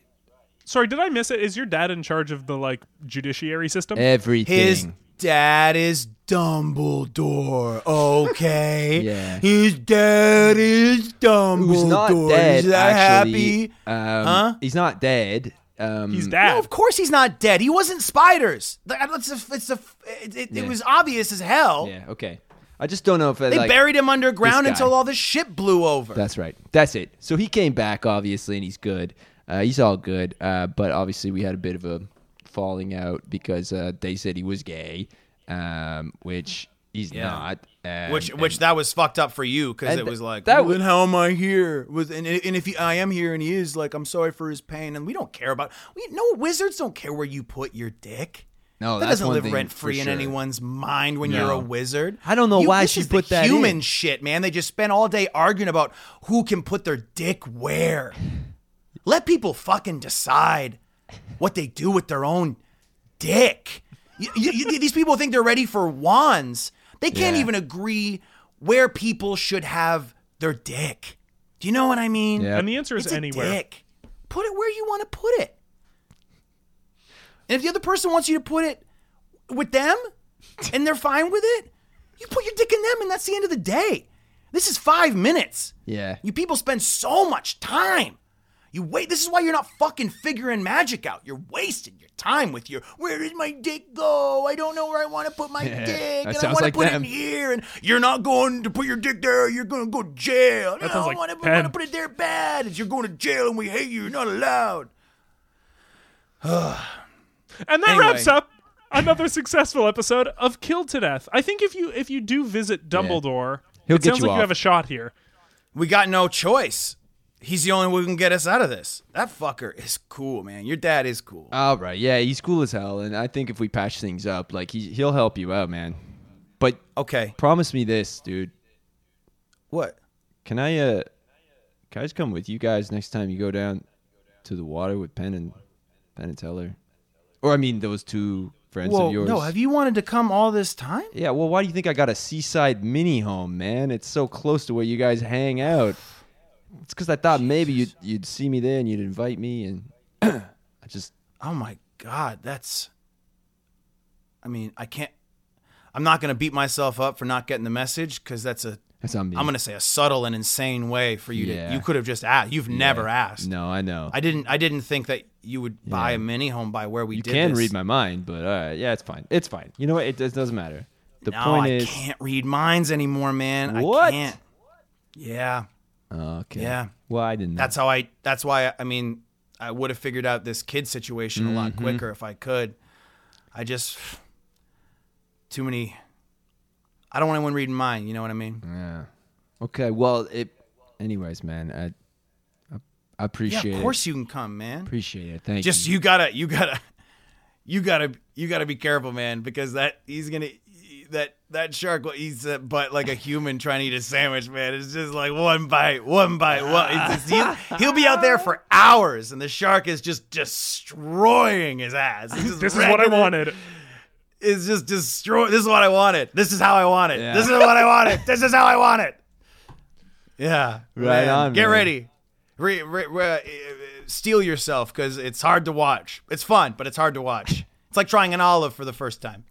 Speaker 1: Sorry, did I miss it? Is your dad in charge of the like judiciary system?
Speaker 3: Um,
Speaker 2: everything.
Speaker 3: His dad is Dumbledore, okay?
Speaker 2: Yeah.
Speaker 3: His dad is Dumbledore.
Speaker 2: who's not dead?
Speaker 3: Is that
Speaker 2: actually,
Speaker 3: happy?
Speaker 2: um,
Speaker 3: Huh?
Speaker 2: He's not dead. Um,
Speaker 1: He's dad.
Speaker 3: No, of course he's not dead. He wasn't spiders. Th- It's a, it's a, it, it,
Speaker 2: Yeah.
Speaker 3: it was obvious as hell.
Speaker 2: Yeah. Okay. I just don't know if
Speaker 3: They
Speaker 2: like,
Speaker 3: buried him underground
Speaker 2: guy.
Speaker 3: until all the shit blew over.
Speaker 2: That's right. That's it. So he came back, obviously, and he's good. Uh, he's all good. Uh, but obviously, we had a bit of a falling out because uh, they said he was gay, um, which he's not. Um,
Speaker 3: which,
Speaker 2: and-
Speaker 3: which that was fucked up for you because
Speaker 2: And
Speaker 3: it
Speaker 2: th-
Speaker 3: was like,
Speaker 2: that
Speaker 3: that
Speaker 2: w-
Speaker 3: then how am I here? Was and, and if he, I am here and he is like, I'm sorry for his pain, and we don't care about. We no wizards don't care where you put your dick.
Speaker 2: No,
Speaker 3: that
Speaker 2: that's
Speaker 3: doesn't
Speaker 2: one
Speaker 3: live
Speaker 2: thing
Speaker 3: rent
Speaker 2: for
Speaker 3: free in
Speaker 2: sure.
Speaker 3: anyone's mind when you're a wizard.
Speaker 2: I don't know
Speaker 3: You-
Speaker 2: why
Speaker 3: this
Speaker 2: she
Speaker 3: is
Speaker 2: put
Speaker 3: the
Speaker 2: that
Speaker 3: human
Speaker 2: in.
Speaker 3: shit, man. They just spend all day arguing about who can put their dick where. Let people fucking decide what they do with their own dick. You- you- you- these people think they're ready for wands. They can't
Speaker 2: Yeah.
Speaker 3: even agree where people should have their dick. Do you know what I mean?
Speaker 2: Yeah.
Speaker 1: And the answer is
Speaker 3: It's a
Speaker 1: anywhere.
Speaker 3: dick. Put it where you want to put it. And if the other person wants you to put it with them and they're fine with it, you put your dick in them and that's the end of the day. This is five minutes.
Speaker 2: Yeah.
Speaker 3: You people spend so much time. You wait. This is why you're not fucking figuring magic out. You're wasting your time with your where does my dick go? I don't know where I want to put my
Speaker 2: Yeah,
Speaker 3: dick,
Speaker 2: that
Speaker 3: and I
Speaker 2: sounds
Speaker 3: want
Speaker 2: like
Speaker 3: to put
Speaker 2: them.
Speaker 3: it in here. And you're not going to put your dick there. You're going to go to jail. no,
Speaker 1: sounds like
Speaker 3: I want to, I
Speaker 1: Penn.
Speaker 3: want to put it there bad. You're going to jail, and we hate you. You're not allowed.
Speaker 1: And that
Speaker 3: Anyway.
Speaker 1: wraps up another successful episode of Killed to Death. I think if you if you do visit Dumbledore,
Speaker 2: He'll
Speaker 1: it
Speaker 2: get
Speaker 1: sounds
Speaker 2: you
Speaker 1: like
Speaker 2: off.
Speaker 1: you have a shot here.
Speaker 3: We got no choice. He's the only one who can get us out of this. That fucker is cool, man. Your dad is cool.
Speaker 2: All right. Yeah, he's cool as hell, and I think if we patch things up, like he he'll help you out, man. But
Speaker 3: Okay.
Speaker 2: promise me this, dude.
Speaker 3: What?
Speaker 2: Can I uh, can I just come with you guys next time you go down to the water with Penn and Penn and Teller, or I mean those two friends
Speaker 3: Whoa,
Speaker 2: of yours?
Speaker 3: no. Have you wanted to come all this time?
Speaker 2: Yeah, well, why do you think I got a seaside mini home, man? It's so close to where you guys hang out. It's because I thought maybe you'd you'd see me there and you'd invite me, and I just
Speaker 3: Oh my god, that's I mean, I can't I'm not going to beat myself up for not getting the message cuz that's a
Speaker 2: that's on me.
Speaker 3: am going to say a subtle and insane way for you
Speaker 2: Yeah.
Speaker 3: to you could have just asked. You've never asked.
Speaker 2: No, I know.
Speaker 3: I didn't I didn't think that you would buy a mini home by where we
Speaker 2: you
Speaker 3: did
Speaker 2: can
Speaker 3: this.
Speaker 2: read my mind, but all right, yeah, it's fine. It's fine. You know what? It, does- doesn't matter. The
Speaker 3: No,
Speaker 2: point
Speaker 3: I
Speaker 2: is,
Speaker 3: can't read minds anymore, man. I
Speaker 2: What?
Speaker 3: can't. Yeah.
Speaker 2: okay.
Speaker 3: Yeah.
Speaker 2: Well, I didn't. know.
Speaker 3: That's how I that's why I mean, I would have figured
Speaker 2: Mm-hmm.
Speaker 3: out this kid situation a lot quicker if I could. I just too many. I don't want anyone reading mine. You know what I mean?
Speaker 2: Yeah. Okay. Well, it. Anyways, man, I, I, I
Speaker 3: Yeah,
Speaker 2: appreciate
Speaker 3: of
Speaker 2: it.
Speaker 3: course you can come, man.
Speaker 2: Appreciate it. Thank
Speaker 3: Just
Speaker 2: you.
Speaker 3: you gotta, you gotta, you gotta, you gotta be careful, man, because that he's gonna that that shark will eat that butt like a human trying to eat a sandwich, man. It's just like one bite, one bite, one. It's just, he'll, he'll be out there for hours, and the shark is just destroying his ass. He's just
Speaker 1: This is what I
Speaker 3: wrecking it.
Speaker 1: wanted.
Speaker 3: It's just destroy. This is what I wanted. This is how I want it.
Speaker 2: Yeah.
Speaker 3: This is what I wanted. This is how I want it. Yeah,
Speaker 2: Right on,
Speaker 3: Get
Speaker 2: man.
Speaker 3: ready. Re, re, re, uh, steal yourself because it's hard to watch. It's fun, but it's hard to watch. It's like trying an olive for the first time.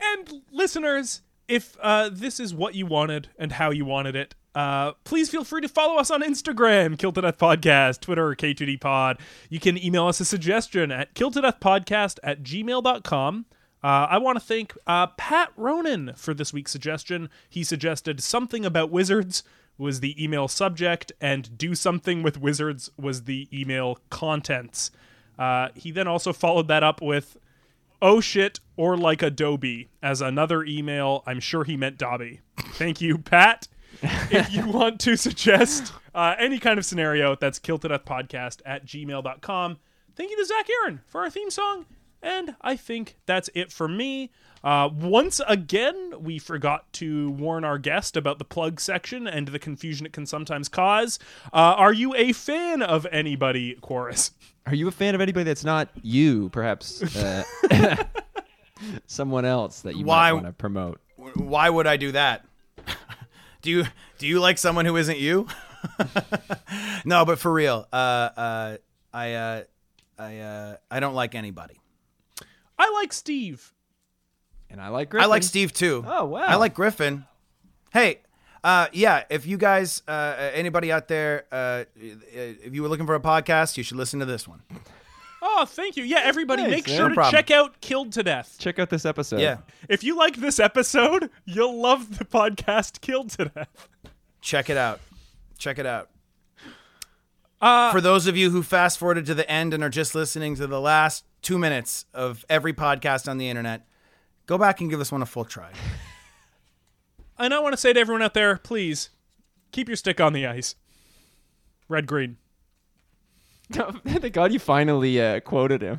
Speaker 1: And listeners, if uh, this is what you wanted and how you wanted it, uh, please feel free to follow us on Instagram, Kill to Death Podcast, Twitter, K2D Pod. You can email us a suggestion at killtodeathpodcast at gmail.com. Uh, I want to thank uh, Pat Ronan for this week's suggestion. He suggested something about wizards was the email subject, and do something with wizards was the email contents. Uh, he then also followed that up with oh shit or like adobe as another email i'm sure he meant dobby thank you pat if you want to suggest uh, any kind of scenario that's kill to death podcast at gmail.com thank you to zach aaron for our theme song and i think that's it for me uh, once again we forgot to warn our guest about the plug section and the confusion it can sometimes cause uh, are you a fan of anybody chorus
Speaker 2: Are you a fan of anybody that's not you? Perhaps uh, someone else that you
Speaker 3: Why-
Speaker 2: might want to promote.
Speaker 3: W- Why would I do that? do you do you like someone who isn't you? no, but for real, uh, uh, I uh, I uh, I don't like anybody.
Speaker 1: i like steve
Speaker 2: And I like.
Speaker 3: I
Speaker 2: Griffin.
Speaker 3: like Steve too.
Speaker 2: Oh, wow.
Speaker 3: I like Griffin. Hey, uh, yeah. If you guys, uh, anybody out there, uh, if you were looking for a podcast, you should listen to this one.
Speaker 1: Oh, thank you. Yeah, everybody,
Speaker 2: Thanks,
Speaker 1: make
Speaker 2: man.
Speaker 1: sure
Speaker 2: No
Speaker 1: to
Speaker 3: problem.
Speaker 1: check out Killed to Death.
Speaker 2: Check out this episode.
Speaker 3: Yeah,
Speaker 1: If you like this episode, you'll love the podcast Killed to Death.
Speaker 3: check it out. Check it out. Uh, for those of you who fast forwarded to the end and are just listening to the last two minutes of every podcast on the internet, go back and give this one a full try.
Speaker 1: And I want to say to everyone out there, please keep your stick on the ice. Red green.
Speaker 2: Thank God you finally uh, quoted him.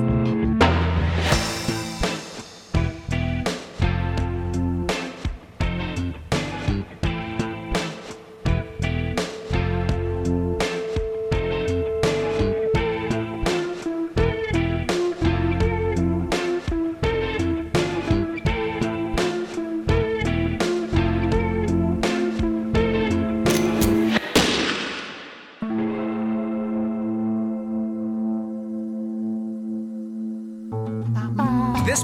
Speaker 5: This